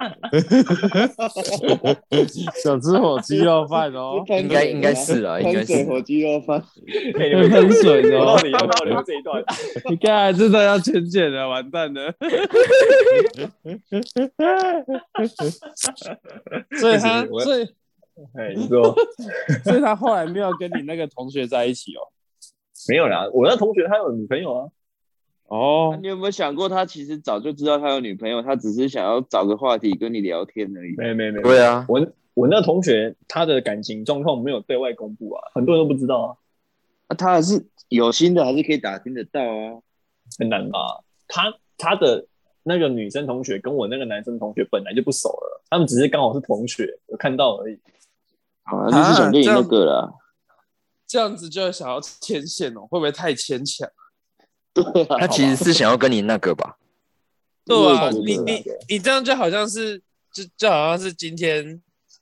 想吃火鸡肉饭 哦？
喷
应该
水
应该是啊，应该
喷水
是。
火鸡肉饭，
哎你
会
们
喷水的
有
哦
道，理，有道理，这一段。
你刚才真的要全剪了，完 蛋了。所以他，
不是我
所以
哎，你说。
所以他后来没有跟你那个同学在一起哦。
没有啦，我那同学他有女朋友啊，
哦，
啊你有没有想过，他其实早就知道他有女朋友，他只是想要找个话题跟你聊天而已。
没没没，
对啊，
我我那同学他的感情状况没有对外公布啊，很多人都不知道啊，
啊，他还是有心的，还是可以打听得到啊。
很难吧？他他的那个女生同学跟我那个男生同学本来就不熟了，他们只是刚好是同学，有看到而已。
啊，就是想跟你那个啦。
这样子就想要牵线哦，会不会太牵强？
对啊，
他其实是想要跟你那个吧？
对啊，
我也是
你
这
你
样觉得
你这样就好像是，就就好像是今天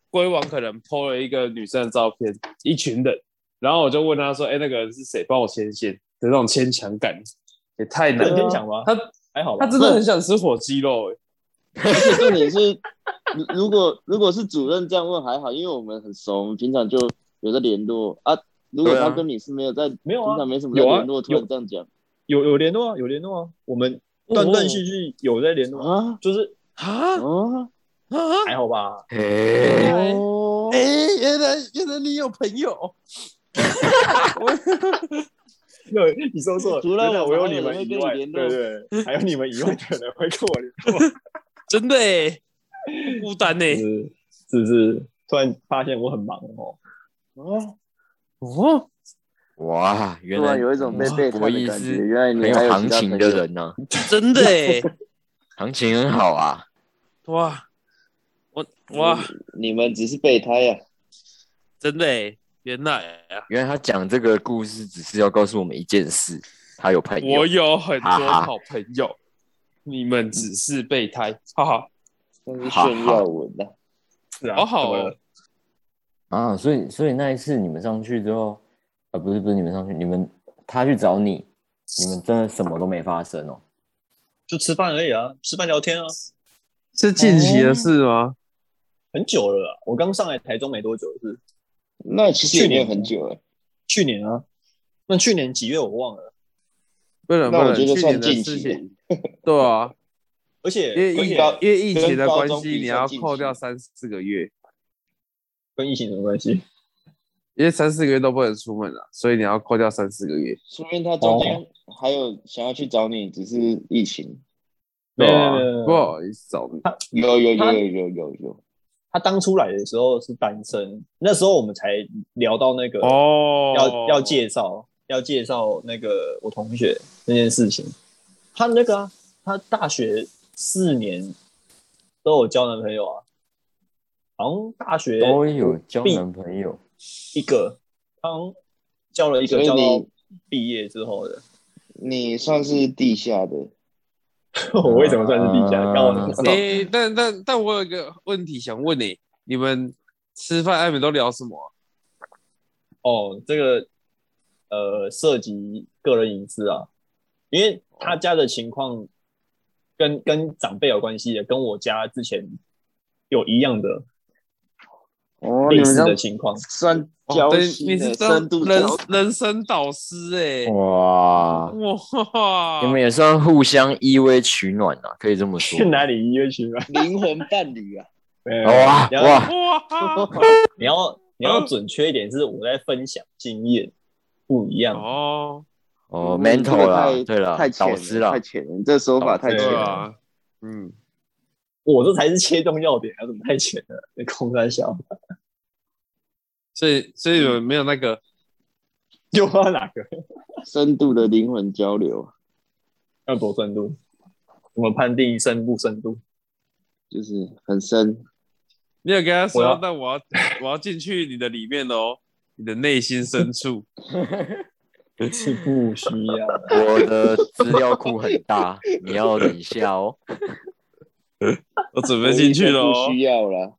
龟王可能 PO 了一个女生的照片，一群人，然后我就问他说：“哎、那个人是谁？帮我牵线。”的那种牵强感也太
啊
难
很
了。
坚强吗？
他
还好吧
他？真的很想吃火鸡肉、哎
而且重点是，如如果如果是主任这样问还好，因为我们很熟，我们平常就有在联络啊。如果
对啊
他跟你是没有在，
没有
平常
啊，
没什么在联
有
络，
啊
突然这样讲
有有联络啊，有联络啊，我们断
哦
断续续有在联络啊，
啊
就是
啊
啊
啊！
还好吧？
哎，
哎
哦
哎、原来原来你有朋友，
没有，你说错了，
除了
原来
我
我有
还有
你们
人会
以
跟你
外，对
联络
对，对还有你们以外的人会跟我联络。
真的哎、不孤单呢、欸
是是不是？突然发现我很忙哦，
啊！
哦，
哇，原
突
来
然啊有一种被背叛
博
的
弈
感觉。
是
原来
很
你还
有
有
行
其他
情
朋
的
友，
人呢、
真的
欸
哎，
行情很好啊。
哇，我哇，
嗯
你们只是备胎啊呀、
真的
欸
哎，原来啊，
原来他讲这个故事只是要告诉我们一件事，他有朋友
我。有很多
哈哈
好朋友，你们只是备胎，哈哈，
真是
好
炫耀文呐、
是啊，
好好
怎么
哦
了，。
啊，所以所以那一次你们上去之后，啊，不是不是你们上去，你们他去找你，你们真的什么都没发生哦。
就吃饭而已啊，吃饭聊天啊，
是近期的事吗？
很久了啊、我刚上来台中没多久，是
那其实也没有
去年
很久哎、
去年啊。那去年几月我忘了，
不能不
那
能，
我觉得
去年的
算近
事情，
期。
对啊，
而且
因为
而
疫
且
高
因为疫情的关
跟高中
系，
比
你要
算近期
扣掉三四个月，
跟疫情什么关系？
因为三四个月都不能出门了，啊所以你要扣掉三四个月。
说不定他
哦
中间还有想要去找你，只是疫情。
没有没有
啊
没有没有
啊不好意思找你，
有有有
他
有有有有，
他当初来的时候是单身，那时候我们才聊到那个
哦，
要要介绍要介绍那个我同学那件事情。他那个啊，他大学四年都有交男朋友啊，好像大学
都有交
毕
男朋友，
一个，好像交了一
所
个
以
交到
你
毕业之后的。
你算是地下的，
我为什么算是地下？
啊
让我怎么知道？
诶，但但但我有一个问题想问你，你们吃饭艾美都聊什么啊？
哦，这个呃涉及个人隐私啊，因为他家的情况跟跟长辈有关系的，跟我家之前有一样的
哦，你
类
们
似
这
的
样
情况。
算
哦
交
对
心
你是
的
真
深度
人
交
人生导师哎、
哦哇！
哇，
你们也算互相依偎取暖啊，可以这么说
去。哪里约去 吧？
灵魂伴侣啊，
没有
哇
你要
哇！
哇
你要你要准确一点，是我在分享经验不一样。
哦，
哦
嗯这
，mental
个
啦
太，
对啦，
太浅
导
了，
师啦
太，浅了，你这说法太
导师
浅
对
对
了。
啊，嗯，
我这才是切中要点，还啊怎么太浅了？你空三小
所以所以你们没有那个
又要哪个？
深度的灵魂交流啊，
要多深度？怎么判定深不深度？
就是很深。
你有跟他
我
说
要，
那我要我要进去你的里面哦，你的内心深处。
是不需要啊的。
我的资料库很大，你要等一下哦。
我准备进去了
我一
哦
说，不需要啦，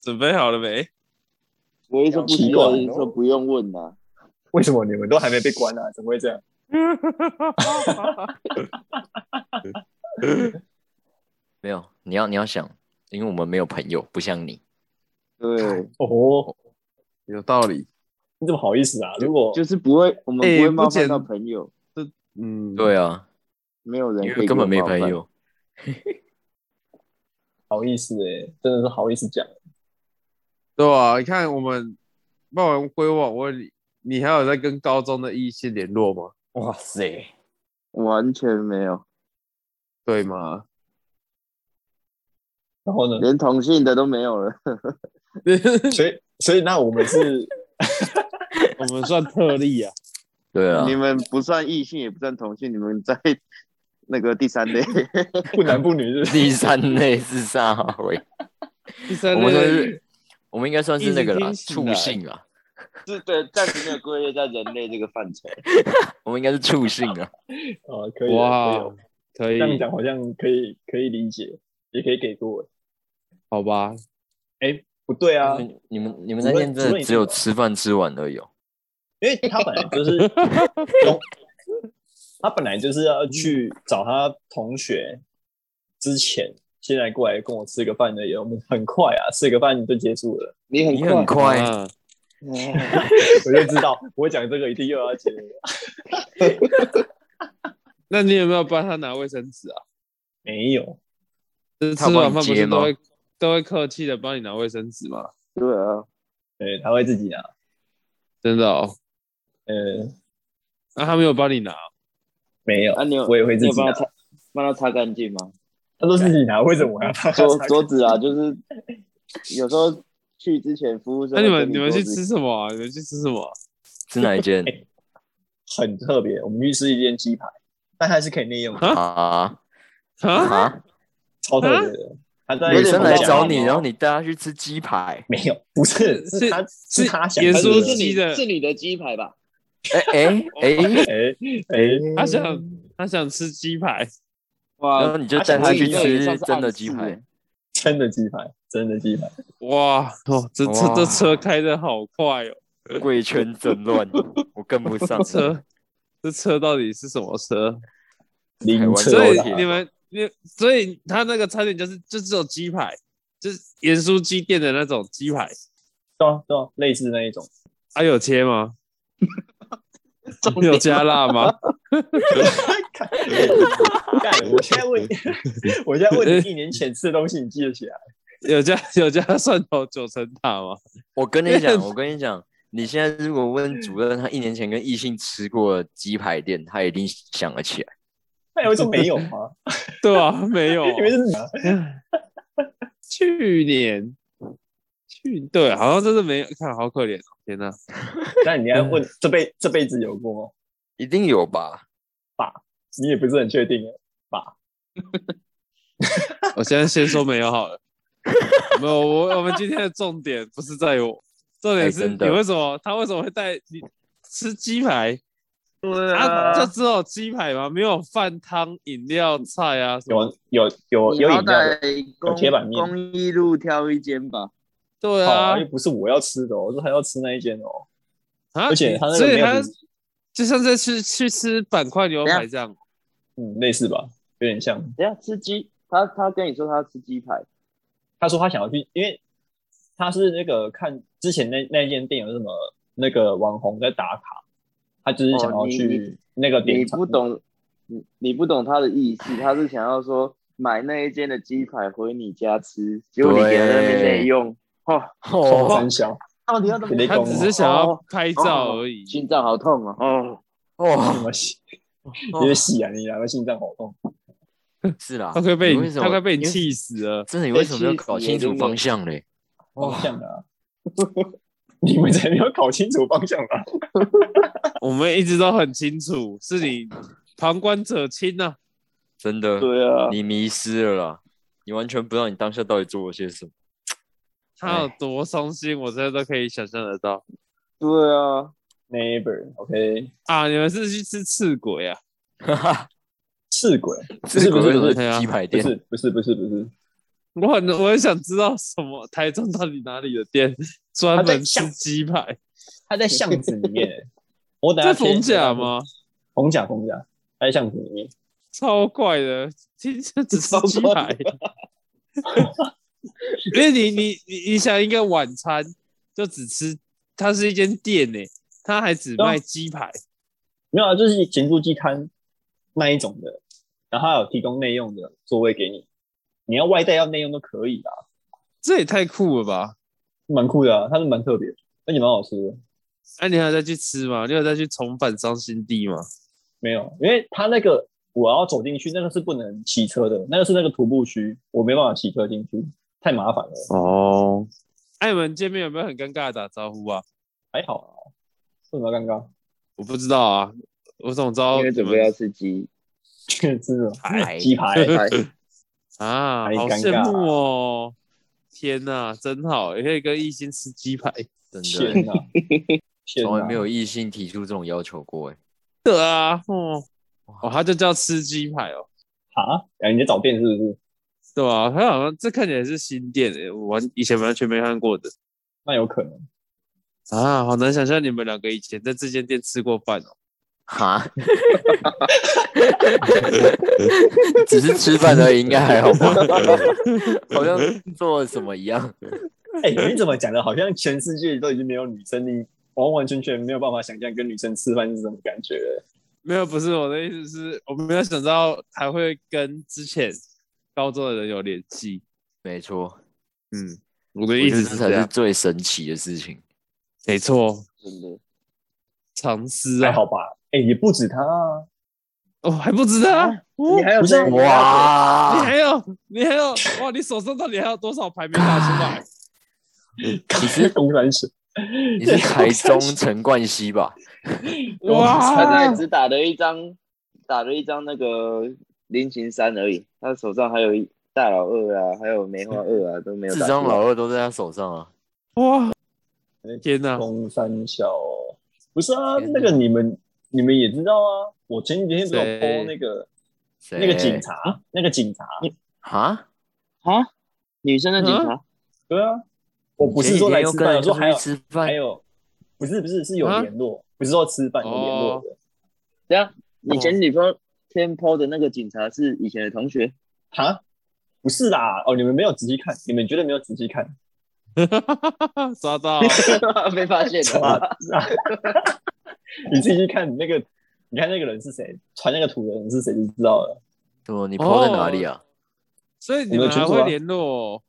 准备好了没？
我一说不需
要
要，
习惯
一说不用问啦。
为什么你们都还没被关啊？怎么会这样？
没有，你要你要想，因为我们没有朋友，不像你。
对，
哦，
有道理，
你怎么好意思啊？如果
就是不会，我们
哎
不会
不
冒
简
犯到朋友，
嗯，
对啊，
没有人
因
可以
为根本
给
没
我冒
朋
犯。
友。
好意思哎、真的是好意思讲。
对啊，你看我们报完归网，我问你，你还有在跟高中的异性联络吗？
哇塞，
完全没有，
对吗？
然后呢？
连同性的都没有 了。
所以所以那我们是
我们算特例啊，
对啊
你，们不算异性，也不算同性，你们在 那个第三类。
不男不女，是不是？
第三类是啥 喂？
第三
我们算
类
是，我们应该算是那个啦，
异性
畜
天使啊
性啊，
是对，暂时没有归类在人类这个范畴。
我们应该是畜性啊。
啊，可以的可以
哇
的，
可
这
以，
样讲好像可以可以理解，也可以给过欸。
好吧？
不对啊，
你们你们你们
除
那
了
天真
除了
的
你
只有吃饭吃完而已哦。
因为他本来就是同，他本来就是要去找他同学之前，现在过来跟我吃个饭的，也我们很快啊，吃个饭就结束了，
你很
你很快，
啊
我就知道我讲这个一定又要结了。
那你有没有帮他拿卫生纸啊？
没有，
就是吃
他帮
完
你
饭不
接
是
吗
都会都会客气的帮你拿卫生纸吗？
对啊，
对，他会自己拿。
真的哦，
呃，
那、他没有帮你拿，
没有，
啊你有
我也会自
你有
己
帮
拿
他，擦，帮他擦干净吗？
他都自己拿，为什么我要 帮他
桌
擦？
桌子啊，就是有时候去之前服务生
那、
会
你
跟
们你们
桌
去
子
吃什么啊、你们去吃什么啊、
吃哪一间
很特别。我们去吃一间鸡排，但它是可以内用的，
啊
啊，
啊！
超特别的。他在
女生来
在
找你，然后你带她去吃鸡排，
没有，不是
是
是他
是
是他想
盐
吃
酥
的
是
鸡
你
的
是你的鸡排吧？
哎哎 哎，
哎哎，
他想他想吃鸡排，
然后
哇，
你就带她去吃真的鸡
他
排
想吃的，
真的鸡排，真的鸡排，
哇哦，这这
哇
这车开的好快哦，
贵圈真 乱，我跟不上
这。车这车到底是什么车？
零
台湾
车
真
所
的
以
啦
你们你所以他那个餐点就是就只有鸡排，就是盐酥鸡店的那种鸡排，
对啊对啊，类似那一 种，
啊有切吗？
重点
有加辣吗？
看干我现在 问，我现在
哎
问你一年前吃的东西，你记得起来？
有加有加蒜头九层塔吗？
我跟你讲，我跟你讲，你现在如果问主任，他一年前跟异性吃过的鸡排店，他一定想得起来。
那你会说没有吗？
对啊，没有啊，
因为 是你啊
去年去对，好像真的没有看，好可怜哦，天哪！
那你要问
嗯
这辈这辈子有过吗？
一定有吧？
你也不是很确定耶
我现在先说没有好了。没有，我我们今天的重点不是在我，重点
哎
是
真
你
的
为什么他为什么会带你吃鸡排？
对
啊，就只有鸡排吗？没有饭汤、饮料、菜啊什
有
么？
啊有有
你
有
好
饮料的，
歹
有铁板面
公益路挑一间吧。
对
好
啊
啊，又，不是我要吃的哦，我说还要吃那一间哦。
啊
而且他那个
所以
没有
他
很
就像在去去吃板块牛
等
排
一
这样。
嗯，类似吧，有点像。
等一下吃鸡，他他跟你说他吃鸡排，
他说他想要去，因为他是那个看之前那那间店有什么那个网红在打卡，他就是想要
哦你
去那个点
你
尝。
不懂，你你不懂他的意思，他是想要说买那一间的鸡排回你家吃，结果你给他那边内用，哦，
空
哦
三消，
到底要怎么
你
讲？
他只是想要拍照
哦
而已。
心脏好痛哦，哦，
什
哦，
么戏？因为戏啊， 你两个心脏好痛。
是啦，
他快被
你
你，
为什
他
么
快被你
因为
气死了。
真的，你为什么没有搞清楚方向嘞？
哦
方向啊， 你们才没有搞清楚方向吧？
我们一直都很清楚，是你旁观者清啊呐、
真的，
对啊，
你迷失了啦，你完全不知道你当下到底做了些什么。
他有多伤心，我现在都可以想象得到
对啊，
neighbor，OK，、
啊！你们是去吃刺鬼啊？
哈哈，
赤鬼
这
是
个
不是
为什么
不是
是鸡排
不
店？
是不是不是不是，
我很我很想知道什么台中到底哪里有店专门吃鸡排？
他在巷子里面欸、 我等下
在逢甲？吗？
逢甲逢甲，他在巷子里面，
超怪的，听着只吃鸡排。 因为你你你你想一个晚餐就只吃，它是一间店呢、它还只卖鸡排。
没有啊，就是咸猪鸡摊那一种的，然后他有提供内用的座位给你，你要外带要内用都可以啊，
这也太酷了吧！
蛮酷的、啊，它是蛮特别，而且蛮好吃的。
哎、你还有再去吃吗？你有再去重返伤心地吗？
没有，因为啊他那个我要走进去，那个是不能骑车的，那个是那个徒步区，我没办法骑车进去，太麻烦了。
哦，
艾文啊见面有没有很尴尬的打招呼啊？
还好啊，为什么要尴 尬？
我不知道啊，我怎么知道
因为
你
准备
们
要吃鸡
确实了，
排
鸡排，
排，
啊？
还
好
尴
羡
尬
慕哦！天哪、真好，也可以跟艺兴吃鸡排。
真的
天
欸，
哪，天
从来
啊
哪，
没有异性提出这种要求过哎。
对啊，哦，哦，他就叫吃鸡排哦，
啊！哎，你在找店是不是？
对吧、他好像这看起来是新店诶、我完以前完全没看过的
那有可能，
啊，好难想象你们两个以前在这间店吃过饭哦。
哈，只是吃饭而已，应该还好吧？好像做了什么一样。
哎、你怎么讲的？好像全世界都已经没有女生，你完完全全没有办法想象跟女生吃饭是什么感觉了。
没有，不是我的意思是，我没有想到还会跟之前高中的人有联系。
没错，
嗯，我的
我
意
觉得
思
这
是
才
这
是
样，
最神奇的事情。
没错，
真的，
藏私
还
啊，
好吧？哎、也不 止他啊，
哦，还不知道啊，
哦你还有
哦不是
在
你
哇，
还有，你还 有，哇，你手上到底还有多少牌没拿出来？
其实公然水，
你是台 中陈冠希吧？
他那
哇
里！只打了一张，打了一张那个零型三而已，他手上还有一大老二啊，还有梅花二啊，都没有
智
打出来。
障老二都在他手上啊！
哇！天哪！
哎
中三小不是啊，
天哪
那个你们你们也知道啊，我前几天不是有
谁
po 那个
谁？
那个警察，那个警察，
啊？
啊，女生的警察，
对啊，我不是说来
前
吃饭，我说还有
几天又跟人家出去吃
还
饭，
有，不是不是是有
啊
联络，不是说吃饭有联络
哦
的，
等一下你前女朋友天抛的那个警察是以前的同学，
哈，不是啦，哦，你们没有仔细看，你们绝对没有仔细看，
抓啊到！
被发现
啊
了。，
是啊 你自己去看那个，你看那个人是谁，传那个图的人是谁就知道了。
怎么你抛在哪里啊？
所以你们还
我们的群主
会
啊
联络哦？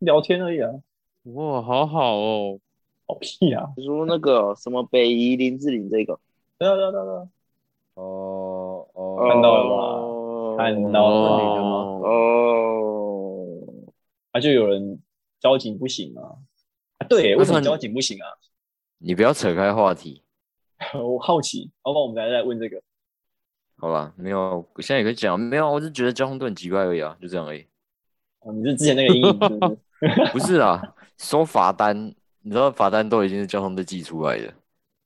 聊天而已啊，
哇，好好哦！
好屁啊！
你说那个哦什么北宜林志玲这个，
对啊对啊对啊对啊，
哦
看
哦，
到了
吗
看到了
那女的吗
哦，
啊就有人交警不行啊，啊对，为什么交警不行啊？
你不要扯开话题，
我好奇，好不好？我们来再问这个。
好吧？没有，我现在也可以讲，没有，我是觉得交通队很奇怪而已啊，就这样而已。
哦，你是之前那个阴影是不是？
不是啊，收罚单，你知道罚单都已经是交通队寄出来的，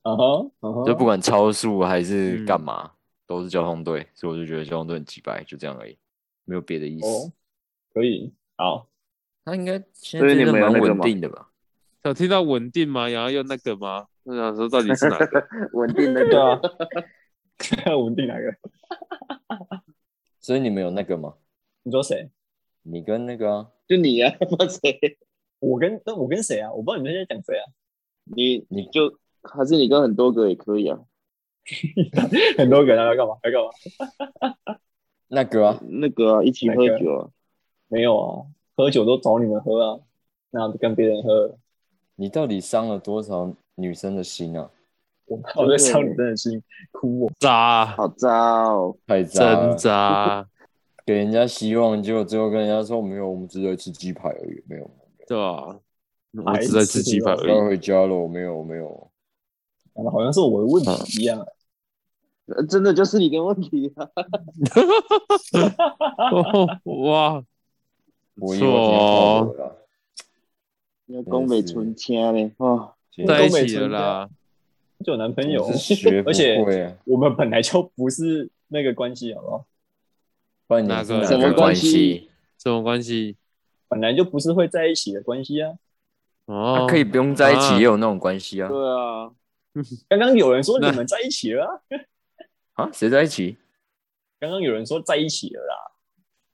啊哈，啊哈
就不管超速还是
嗯
干嘛，都是交通队，所以我就觉得交通队很鸡掰，就这样而已，没有别的意思。
哦，可以，好，
他应该现
所以
在
你
真的
们有
蛮
那个
稳
吗
定的吧？
有听到稳定吗？然后又那个吗？我想说到底是哪 个？
稳定的
对啊， 我们定哪个？
所以你们有那个吗？
你说谁？
你跟那个、啊、
就你啊， 不然谁？
我跟那我跟谁啊？我不知道你们在讲谁啊？
你
你
就还是你跟很多个也可以啊。
很多个人啊要干嘛？要干嘛？
那个啊，
那个啊，一起喝酒啊，
没有啊，喝酒都找你们喝啊，那就跟别人喝。
你到底伤了多少女生的心啊？
我我在伤你真的心，哭我。
渣，
好渣哦！
太渣了
真，渣，
给人家希望，结果最后跟人家说没有，我们只在吃鸡排而已，没有，
对吧？我
白痴
只在吃 鸡排
我
而
要
已。
回家了，没有，没有。
讲的好像是我的问
嗯
题一样。
呃真的就是你的问题 啊！
哎
哦 哇，
我
不
以为我今天
错哦
靠我，了，啊
你要东北纯掐嘞哦，
今天
在一起了啦。
就有男朋友
我，是学不
而且
会啊，
我们本来就不是那个关系，好哦不好？
不然你
哪
是
个
哪
什么
个
关
关
系
系？
什么关系？
本来就不是会在一起的关系啊。
哦
他，可以不用在一起，
啊
也有那种关系啊
对？啊，
刚刚有人说
那
你们在一起了啊，
啊，谁在一起？
刚刚有人说在一起了啦，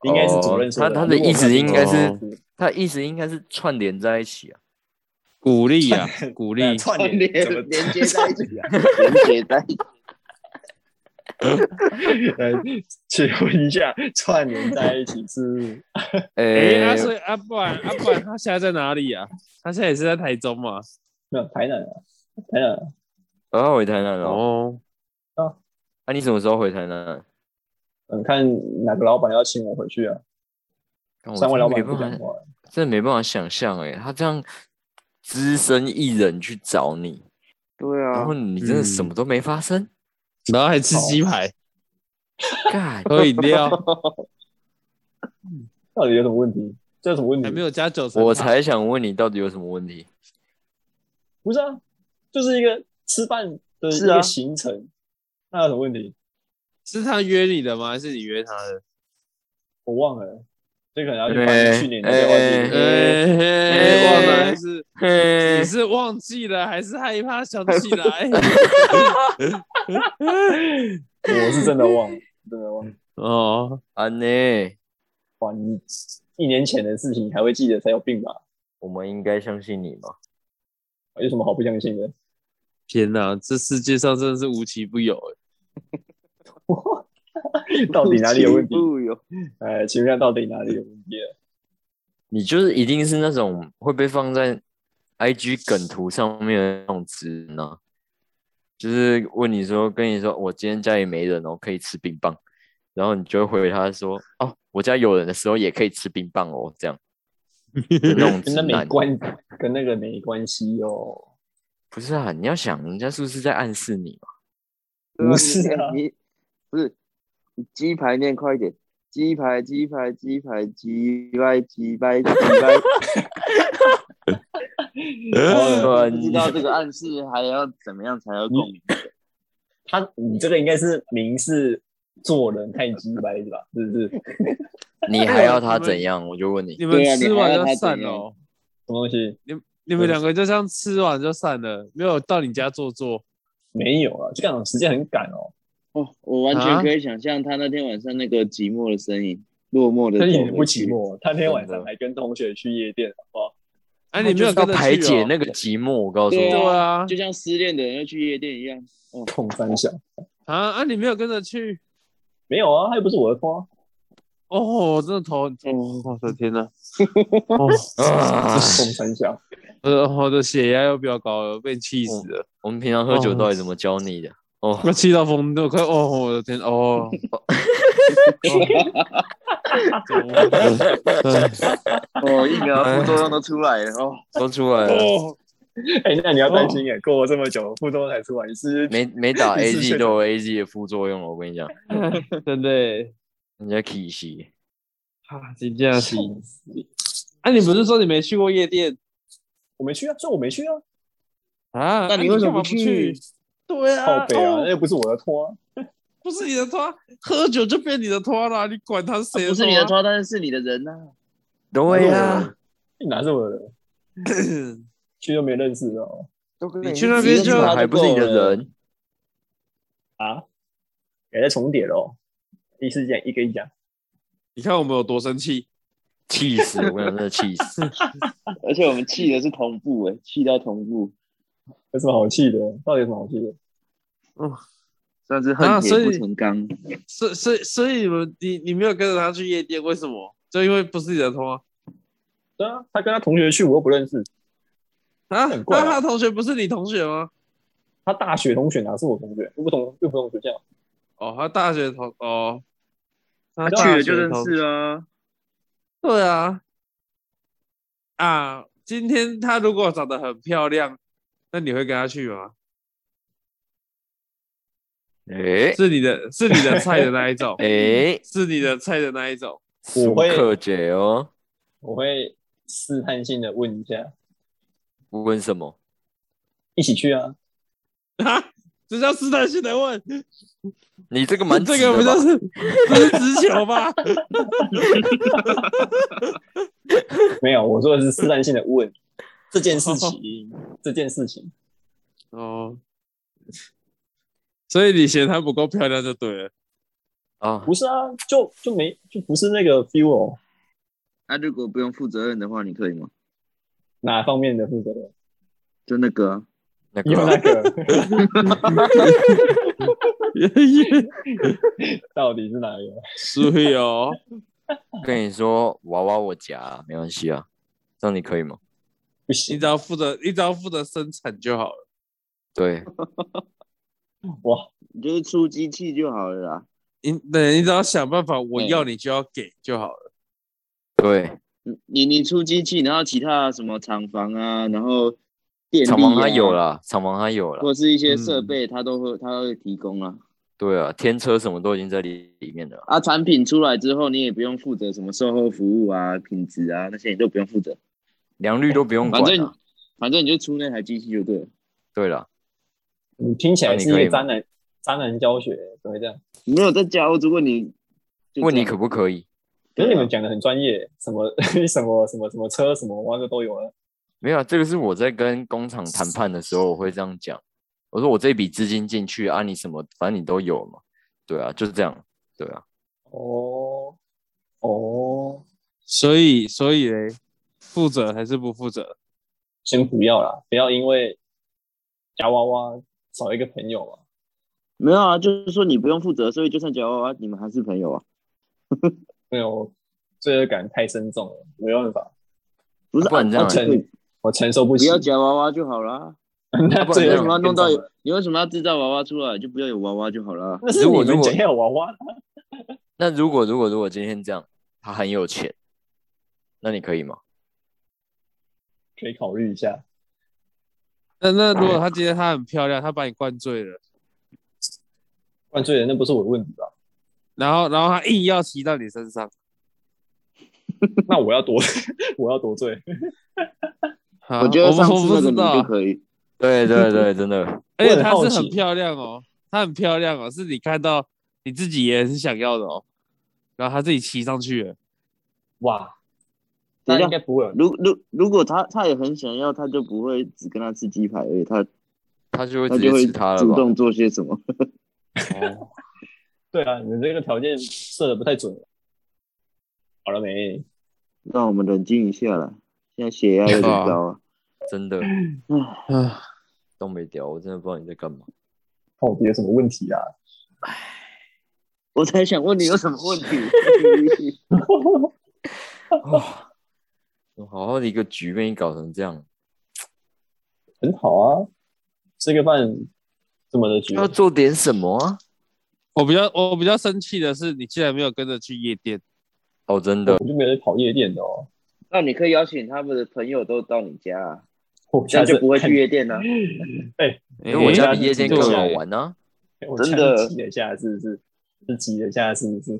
应该是主任说
哦他他的
如果哦
意思应该是
我看
他意思应该是串联在一起啊。
鼓励 啊，鼓励
呃串
连
联怎么
连接在一起啊，连接在一起，
呃，请问一下，串联在一起是
哎，
哎
啊，所以啊，不然啊，不然他现在在哪里啊？他现在也是在台中嘛？
没有台南啊？台南啊
啊，回台南了。
哦，
那你什么时候回台南？啊
嗯，看哪个老板要请我回去啊？
干我
三位
真
老
没
板不啊
办
讲
法，
话，
真的没办法想象哎，他这样只身一人去找你，
对
然
啊
后，你真的
嗯
什么都没发生，
然后还吃鸡排，
干
喝饮料，
到底有什么问题？这有什么问
还没
题？
有加九层塔。
我才想问你到底有什么问题？
不是啊，就是一个吃饭的一
是啊
个行程，那有什么问题？
是他约你的吗？还是你约他的？
我忘了，这可能要去
哎
翻去年的电话记录。
呃，
忘了
还是
嘿
你是忘记了，还是害怕想起来？
我是真的忘了，真的忘了，
哦，
安呢，
哇，你一年前的事情你还会记得才有病吧？
我们应该相信你嘛？
有什么好不相信的？
天哪，这世界上真的是无奇不有欸
到底哪里有问题？
不有
哎，请问一下到底哪里有问题了？
你就是一定是那种会被放在 IG 梗图上面的那种直男啊，就是问你说，跟你说我今天家里没人哦，可以吃冰棒，然后你就会回他说，哦，我家有人的时候也可以吃冰棒 哦，这样的那种
跟
直
那没
男，
关，跟那个没关系哦。
不是啊，你要想人家是不是在暗示你嘛？
不是
对
啊
啊，你你不是你鸡排念快一点，鸡排鸡排鸡排鸡排鸡排鸡 排，
欸
呃
不知道这个暗示还要怎么样才要共鸣？
他你这个应该是明示做人太鸡掰是吧？是不是？什
你还要他怎样？我就问你，
哎你们
对啊你
吃
还
完
要
就
他
散
怎
了
样
哦，
么东西？
你们两个就像吃完就散了，没有到你家坐坐。
没有啊，这样时间很赶哦。
哦，我完
啊
全可以想象他那天晚上那个寂寞的身影，落寞的
他也不寂。寞，他那天晚
真
上
的
还跟同学去夜店，好不好？
哎，你没
就
有
是要
跟着去哦
排解那个寂寞。我告诉
对
你，
对啊
就像失恋的人要去夜店一样。
痛三下。
啊啊！你没有跟着去
没有啊，他又不是我的风啊。
哦，我真的头很痛，
哦，
我的天 哪！哦，
啊
痛三下，
我的我的血压又飙高了，被气死了，
我们平常喝酒到底怎么教你的？哦，
快气到疯掉，快哦！我的天哦！
哦，疫苗副作用都出来了哦。
说出来了，
哦，
哎、那你要担心耶，过了这么久，副作用才出来，你是
没没 打
你是确
AZ
诊
都有 AZ 的副作用了。我跟你讲，
真的耶
人家 K 西
啊，真的是。哎，你不是说你没去过夜店
我没去啊，所以我没去啊，
啊？
那你为什
干
么
嘛
不
不
去？？
对
靠
啊，
背啊，
哦
那又不是我的托、啊，
不是你的拖，喝酒就变你的拖了，你管他是谁？
啊
啊
不是你的，拖， 但是是你的人呐、啊
对呀、
你哎哪是我的人？去又没认识哦。
都跟
你去那边就
直接查
还不是你的
够了，
人，
啊，也在重叠喽。一次讲一个一讲，
你看我们有多生气？
气死！我跟你讲，真的气死！
而且我们气的是同步哎、气到同步，
有什么好气的？到底有什么好气的？
算是
啊
恨
所以
铁不成钢。
所以所以所以你们你你没有跟着他去夜店，为什么？就因为不是你的拖
对啊，他跟他同学去，我又不认识。
啊？
很怪啊
那他同学不是你同学吗？
他大学同学哪是我同学？又不同又不同学校。
哦，他大学同哦，他
他
大
去了
学
就认
同
识啊，
对啊，啊，今天她如果长得很漂亮，那你会跟她去吗？
哎，
是你的，是你的菜的那一种
哎，
是你的菜的那一种。
苏克姐哦，
我会试探性的问一下，
问什么？
一起去啊？
啊，这叫试探性的问，
你这个蛮
这
直的
个不就
吧
是这是直球吧？
没有，我说的是试探性的问这件事情，这件事情。
哦，所以你嫌她不够漂亮就对了。
啊？
不是啊，就就没就不是那个 feel 哦，
他、如果不用负责任的话，你可以吗？
哪方面的负责人？
就那个啊、
那个
有
啊
那个到底是哪一个？
所以哦，
跟你说娃娃我夹，没关系啊，这样你可以吗？
不
你
行，
只要负责，你只要负责生产就好了。
对，
哇，
你就是出机器就好了啦。
你对，你只要想办法，我
嗯
要你就要给就好了。
对，
你你你出机器，然后其他什么厂房啊，然后电力、啊、
厂房他有，啦，厂房他有啦，
或是一些设备，他都会他会提供啊。
对啊，天车什么都已经在里里面了啦，
啊，产品出来之后，你也不用负责什么售后服务啊、品质啊那些，你都不用负责。
良率都不用管啊
反正
了。
反正你就出那台机器就对了。
对了，
你听起来是一
那你可以
个
吗
渣男渣男教学，怎么会这样？
你没有在家，我只问你，就这样
问你可不可以？
可是你们讲的很专业，什么什么什么什么车什么玩的都有啊。
没有啊，这个是我在跟工厂谈判的时候，我会这样讲。我说我这笔资金进去啊，你什么反正你都有嘛，对啊，就是这样，对啊，
哦哦，
所以，所以嘞，负责还是不负责？
先不要啦，不要因为夹娃娃少一个朋友啊嘛。
没有啊，就是说你不用负责，所以就算夹娃娃，你们还是朋友啊。
没有，罪恶感太深重了，没办法，
不是，
啊不然这
我
样啊
承我承受不
不
起。
要夹娃娃就好啦。
那
不然
罪
你为
恶
什
感
么要弄到
变重了？？
你为什么要制造娃娃出来？就不要有娃娃就好啦。
那是
如
你
果
们
如果
家有娃娃，
那如果如果如果今天这样，他很有钱，那你可以吗？
可以考虑一下。
那那如果她今天她很漂亮，她把你灌醉了，
灌醉人那不是我的问题吧？
然后然后她硬要骑到你身上，
那我要多 我要多醉，
啊
我觉得
我们
上
我
次
不
那个
知
你
道
就
啊，
可以，
对对对，真的，
而且
我很
她
好
是
奇
很漂亮哦，她很漂亮哦，是你看到你自己也很想要的哦，然后她自己骑上去了，
哇，那
等一下
应该不会有
如如如果他他也很想要，他就不会只跟他吃鸡排而已，他
他就会
他
直
就
接
会
吃他了
主
吧？
动做些什么。
哦
对啊，你这个条件设的不太准。好了没？
让我们冷静一下啦，现在血压有点高啊。
真的
唉
啊，
东北屌，我真的不知道你在干嘛。
到底有什么问题啊？
我才想问你有什么问题？
哦，我好好的一个局被你搞成这样，
很好啊，吃个饭这么的局，
要做点什么啊？
我比较我比较生气的是你竟然没有跟着去夜店，
哦，真的，
我就没有在跑夜店的哦。
那你可以邀请他们的朋友都到你家啊，
我
这样
下次
就不会去夜店了、啊。
因为我
诶
家比夜店更好
对
玩啊。
我
真的
下次急了一下，是不是？是急了一下，是不是？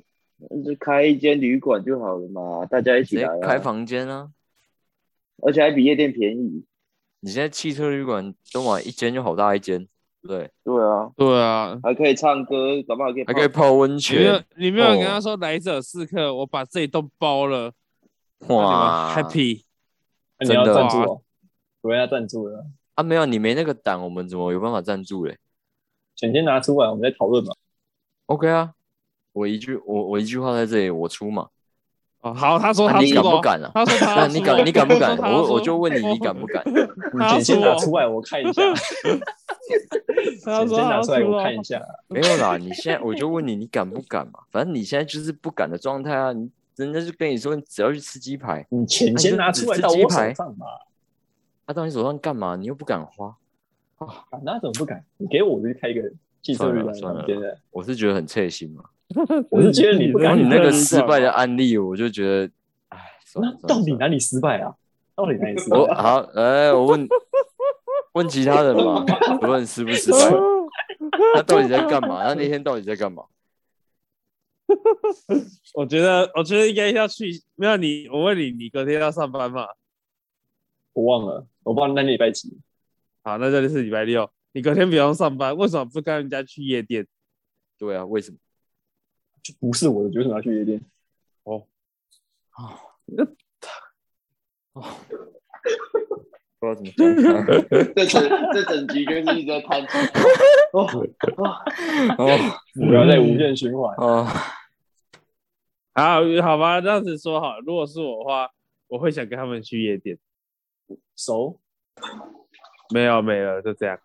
就开一间旅馆就好了嘛，大家一
直
起
接
来、啊，
开房间啊！
而且还比夜店便宜。
你现在汽车旅馆都买一间就好大一间，对不
哦
对？
对啊，
对啊，
还可以唱歌，搞不好还可以
还可以
泡
泡温
你没有
泉，
你没有跟他
哦
说来者是客，我把这一栋包了，
哇
那你们 happy。
那你要
真的
赞助哦，我要赞助了，
啊！没有，你没那个胆，我们怎么有办法赞助嘞
钱先拿出来，我们再讨 论嘛。
？OK 啊，我一句我我一句话在这里，我出嘛。
哦，好，他说
那
他
你
出
敢
了
不敢啊？
他说他
那
要
你
出哦
敢你敢不敢？
他要
我我
出哦
就问你，你敢不敢？
你
他要
钱先
出
拿
哦
出来，我看一下。
他
钱
说
先
他
拿
要
出哦
出
来，
了
我 看一下。
没有啦，你现在我就问你，你敢不敢嘛？反正你现在就是不敢的状态啊！你人家就跟你说，你只要去吃鸡排，
你钱先拿
啊
出来到我手上嘛，
他、到你手上干嘛？你又不敢花，
啊那怎么不敢？你给我，我就开一个汽车旅馆
算了
房间的。
我是觉得很刺心嘛。
我是觉得你不
然
敢
后你那个
敢
失败的案例，我就觉得，哎，算
那
了算了
到底
算了
哪里失败啊？到底哪里失败
我？好，哎，我问问其他人嘛，我问失不失败？他到底在干嘛？他那天到底在干嘛？
我觉得我觉得应该要去，没有你，我问你，你隔天要上班吗？
我忘了，我忘了那礼拜几。
好，那这里是礼拜六，你隔天不用上班，为什么不跟人家去夜店？
对啊，为什么？
就不是我的，就是拿去夜店。
不知道怎么 讲。
这整这整局就是一直在叹气。哦，哇，
哦
不要再无限循环。
哦，
好，好吧，这样子说好，如果是我的话，我会想跟他们去夜店。
熟，
没有，没了，就这样。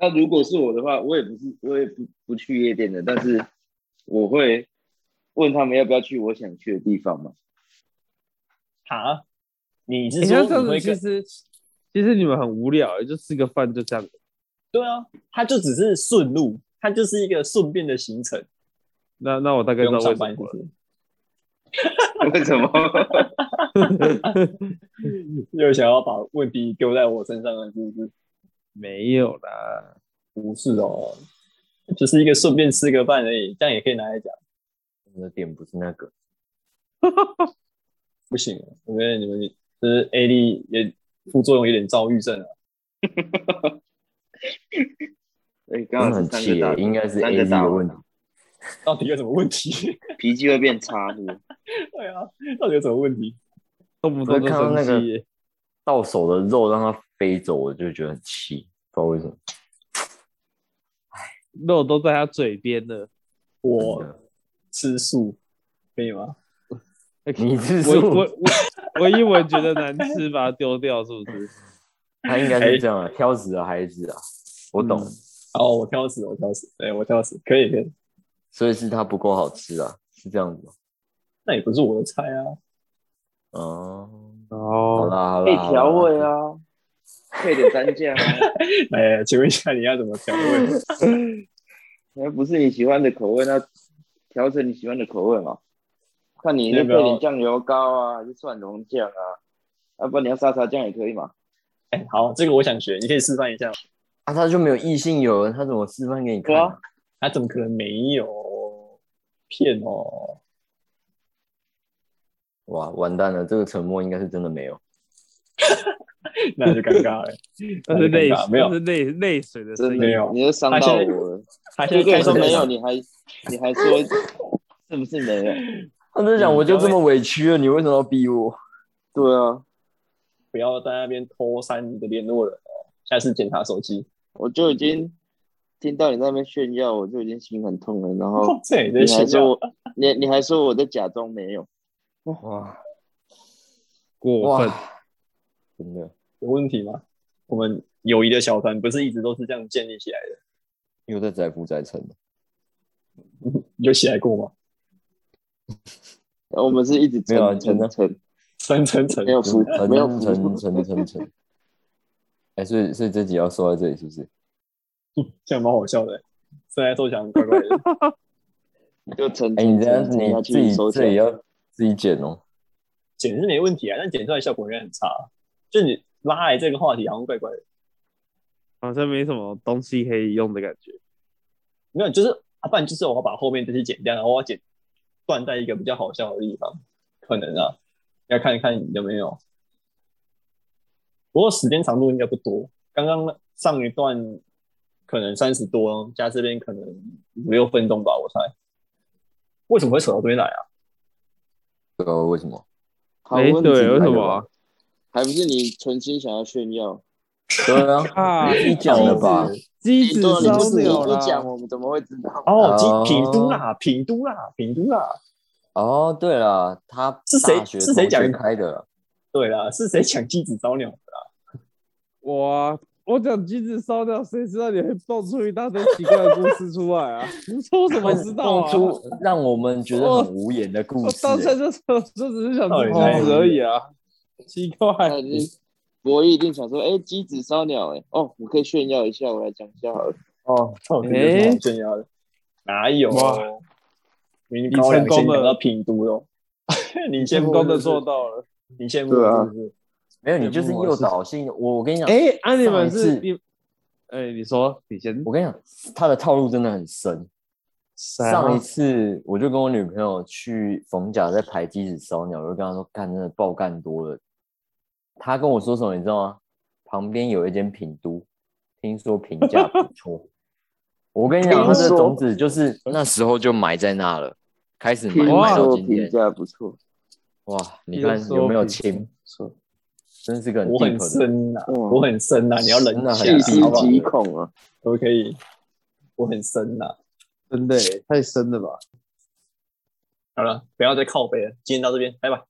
那如果是我的话，我也不是，我也不不去夜店的，但是我会问他们要不要去我想去的地方嘛。
哈，你是
你
说
看这
你
样
会
子，其
跟？
实其实你们很无聊，欸就吃个饭就这样。
对啊，它就只是顺路，它就是一个顺便的行程，
那那我大
不
概知道
用
为什
上班。
么
是
了。
不是
为什么？
又想要把问题丢在我身上了，是不是？
没有啦，
不是哦，就是一个顺便吃个饭而已，这样也可以拿来讲。
我的点不是那个，
不行，我觉得你们就是 A D 也副作用有点躁郁症啊。
哎，
真
刚好
的
是
很
三
气
个
耶
大，
应该是
三
A
个
D
大啊
的问题。
到底有什么问题？
脾气会变差是不是
对啊，到底有什么问题？
动不
我
动就
就看到
生
那个
气耶。
到手的肉让它飞走，我就觉得很气，不知道为什么。
肉都在他嘴边了。
哦
我
真的
吃素可以吗？
你是
我
说
我我我一闻觉得难吃，把它丢掉，是不是？
他应
哎
该是这样啊，挑食的孩子啊，我懂，
嗯哦，我挑食，我挑食，对我挑食，可以可以，
所以是它不够好吃啊，是这样子吗。
那也不是我的菜啊。
哦，好
哦，
啦好啦，
可以
好啦
调味，啊， 配点蘸酱啊，
哎，请问一下，你要怎么调味？
那不是你喜欢的口味，那调成你喜欢的口味嘛。看你
要
是
不
配
要
啊点酱油膏啊，还是蒜蓉酱啊？要不然你要沙茶酱也可以嘛。
哎、好，这个我想学，你可以示范一下吗。
啊，他就没有异性友人，他怎么示范给你看
对啊
啊？
他怎么可能没有骗哦？
哇，完蛋了，这个沉默应该是真的没有。
那就尴尬了。
那
那就
是
尴
泪
尬，没有
那是泪泪水的声
真
音。
的
没有
你又伤
他
到
现在
我了。
他现
如果
在
我说
开始
没有，你还你还说是不是没有？
他在讲，我就这么委屈了，你为什么要逼我？
对啊，
不要在那边偷删你的联络人哦，下次检查手机。
我就已经听到你在那边炫耀，我就已经心很痛了。然后
哦，这也在
你还
炫
说
耀。
我，你你还说我在假装没有，
哇
过分，
哇，真的
有问题吗？我们友谊的小团不是一直都是这样建立起来的？
又在载浮载沉了。
你有起来过吗？
然后我们是一直
没有啊
撑
真的
撑撑，
三层层
没有服
沉
没有
沉
服
沉沉沉沉。哎，所以所以这集要说到这里是不是？
这样蛮好笑的。欸虽然说想怪怪的，
就撑
哎，你
撑
这样
撑
子
撑
你
下
自
去
己
收起
这里
来。
要自己剪哦。
剪是没问题啊，但剪出来效果应该很差。啊就你拉来这个话题，好像怪怪的。
好像没什么东西可以用的感觉。
没有，就是啊，不然就是我要把后面这些剪掉，然后我要剪断在一个比较好笑的地方，可能啊，要看一看有没有。不过时间长度应该不多，刚刚上一段可能三十多，加这边可能五六分钟吧，我猜。为什么会扯到这边来啊？
对啊，为什么？
好
哎，
问题
对，为什么啊？
还不是你存心想要炫耀？
对啊，
啊，
你讲了吧？
机
你
子
都哎啊你
烧
不你
鸟
不
啦！
讲，我们怎么会知道？
哦，
哦
品品都啦，品都啦，品都啦。
哦，对了，他
是谁
大学
是谁
同学
讲
开的啦？
对啦，是谁抢鸡子招鸟的啦？
哇，我讲机子烧鸟，谁知道你会蹦出一大堆奇怪的故事出来啊？你说我怎么知道
蹦
啊？
出让我们觉得很无言的故
我
事、
当下
欸。
就就只是想
到底是
吃包子而已啊，奇怪。
那你博弈一定想说，哎，鸡子烧鸟，哎，哦，我可以炫耀一下，我来讲一下好了。
哦，操，这个是好炫耀的，哪有？
哇
明明高两
你成
千
功了
讲到品都哦， 你羡
成
慕
功的
是不是
做，到了。
你羡慕
对啊
是不是？
没有，你就是诱导性。我我跟你讲，
哎，啊，你们
上一
是
次
你，哎，你说你先。
我跟你讲，他的套路真的很深。上一次我就跟我女朋友去逢甲在排鸡子烧鸟，我就跟她说干真的爆干多了。她跟我说什么你知道吗？旁边有一间品都，听说评价不错。我跟你讲，
听
他的
说
种子就是那时候就埋在那了，开始
听
埋埋到
说
今
评
天。
价不错，
哇，你
听
看
说
有没有
评
亲？真是个很
我很
deep 的
深呐，
哇
我很深呐，
嗯
你要冷
真的很
静
细
一
思
下，好不好？
极恐啊！
可不可以？我很深呐。
真的耶太深了吧？
好了，不要再靠背了，今天到这边，拜拜。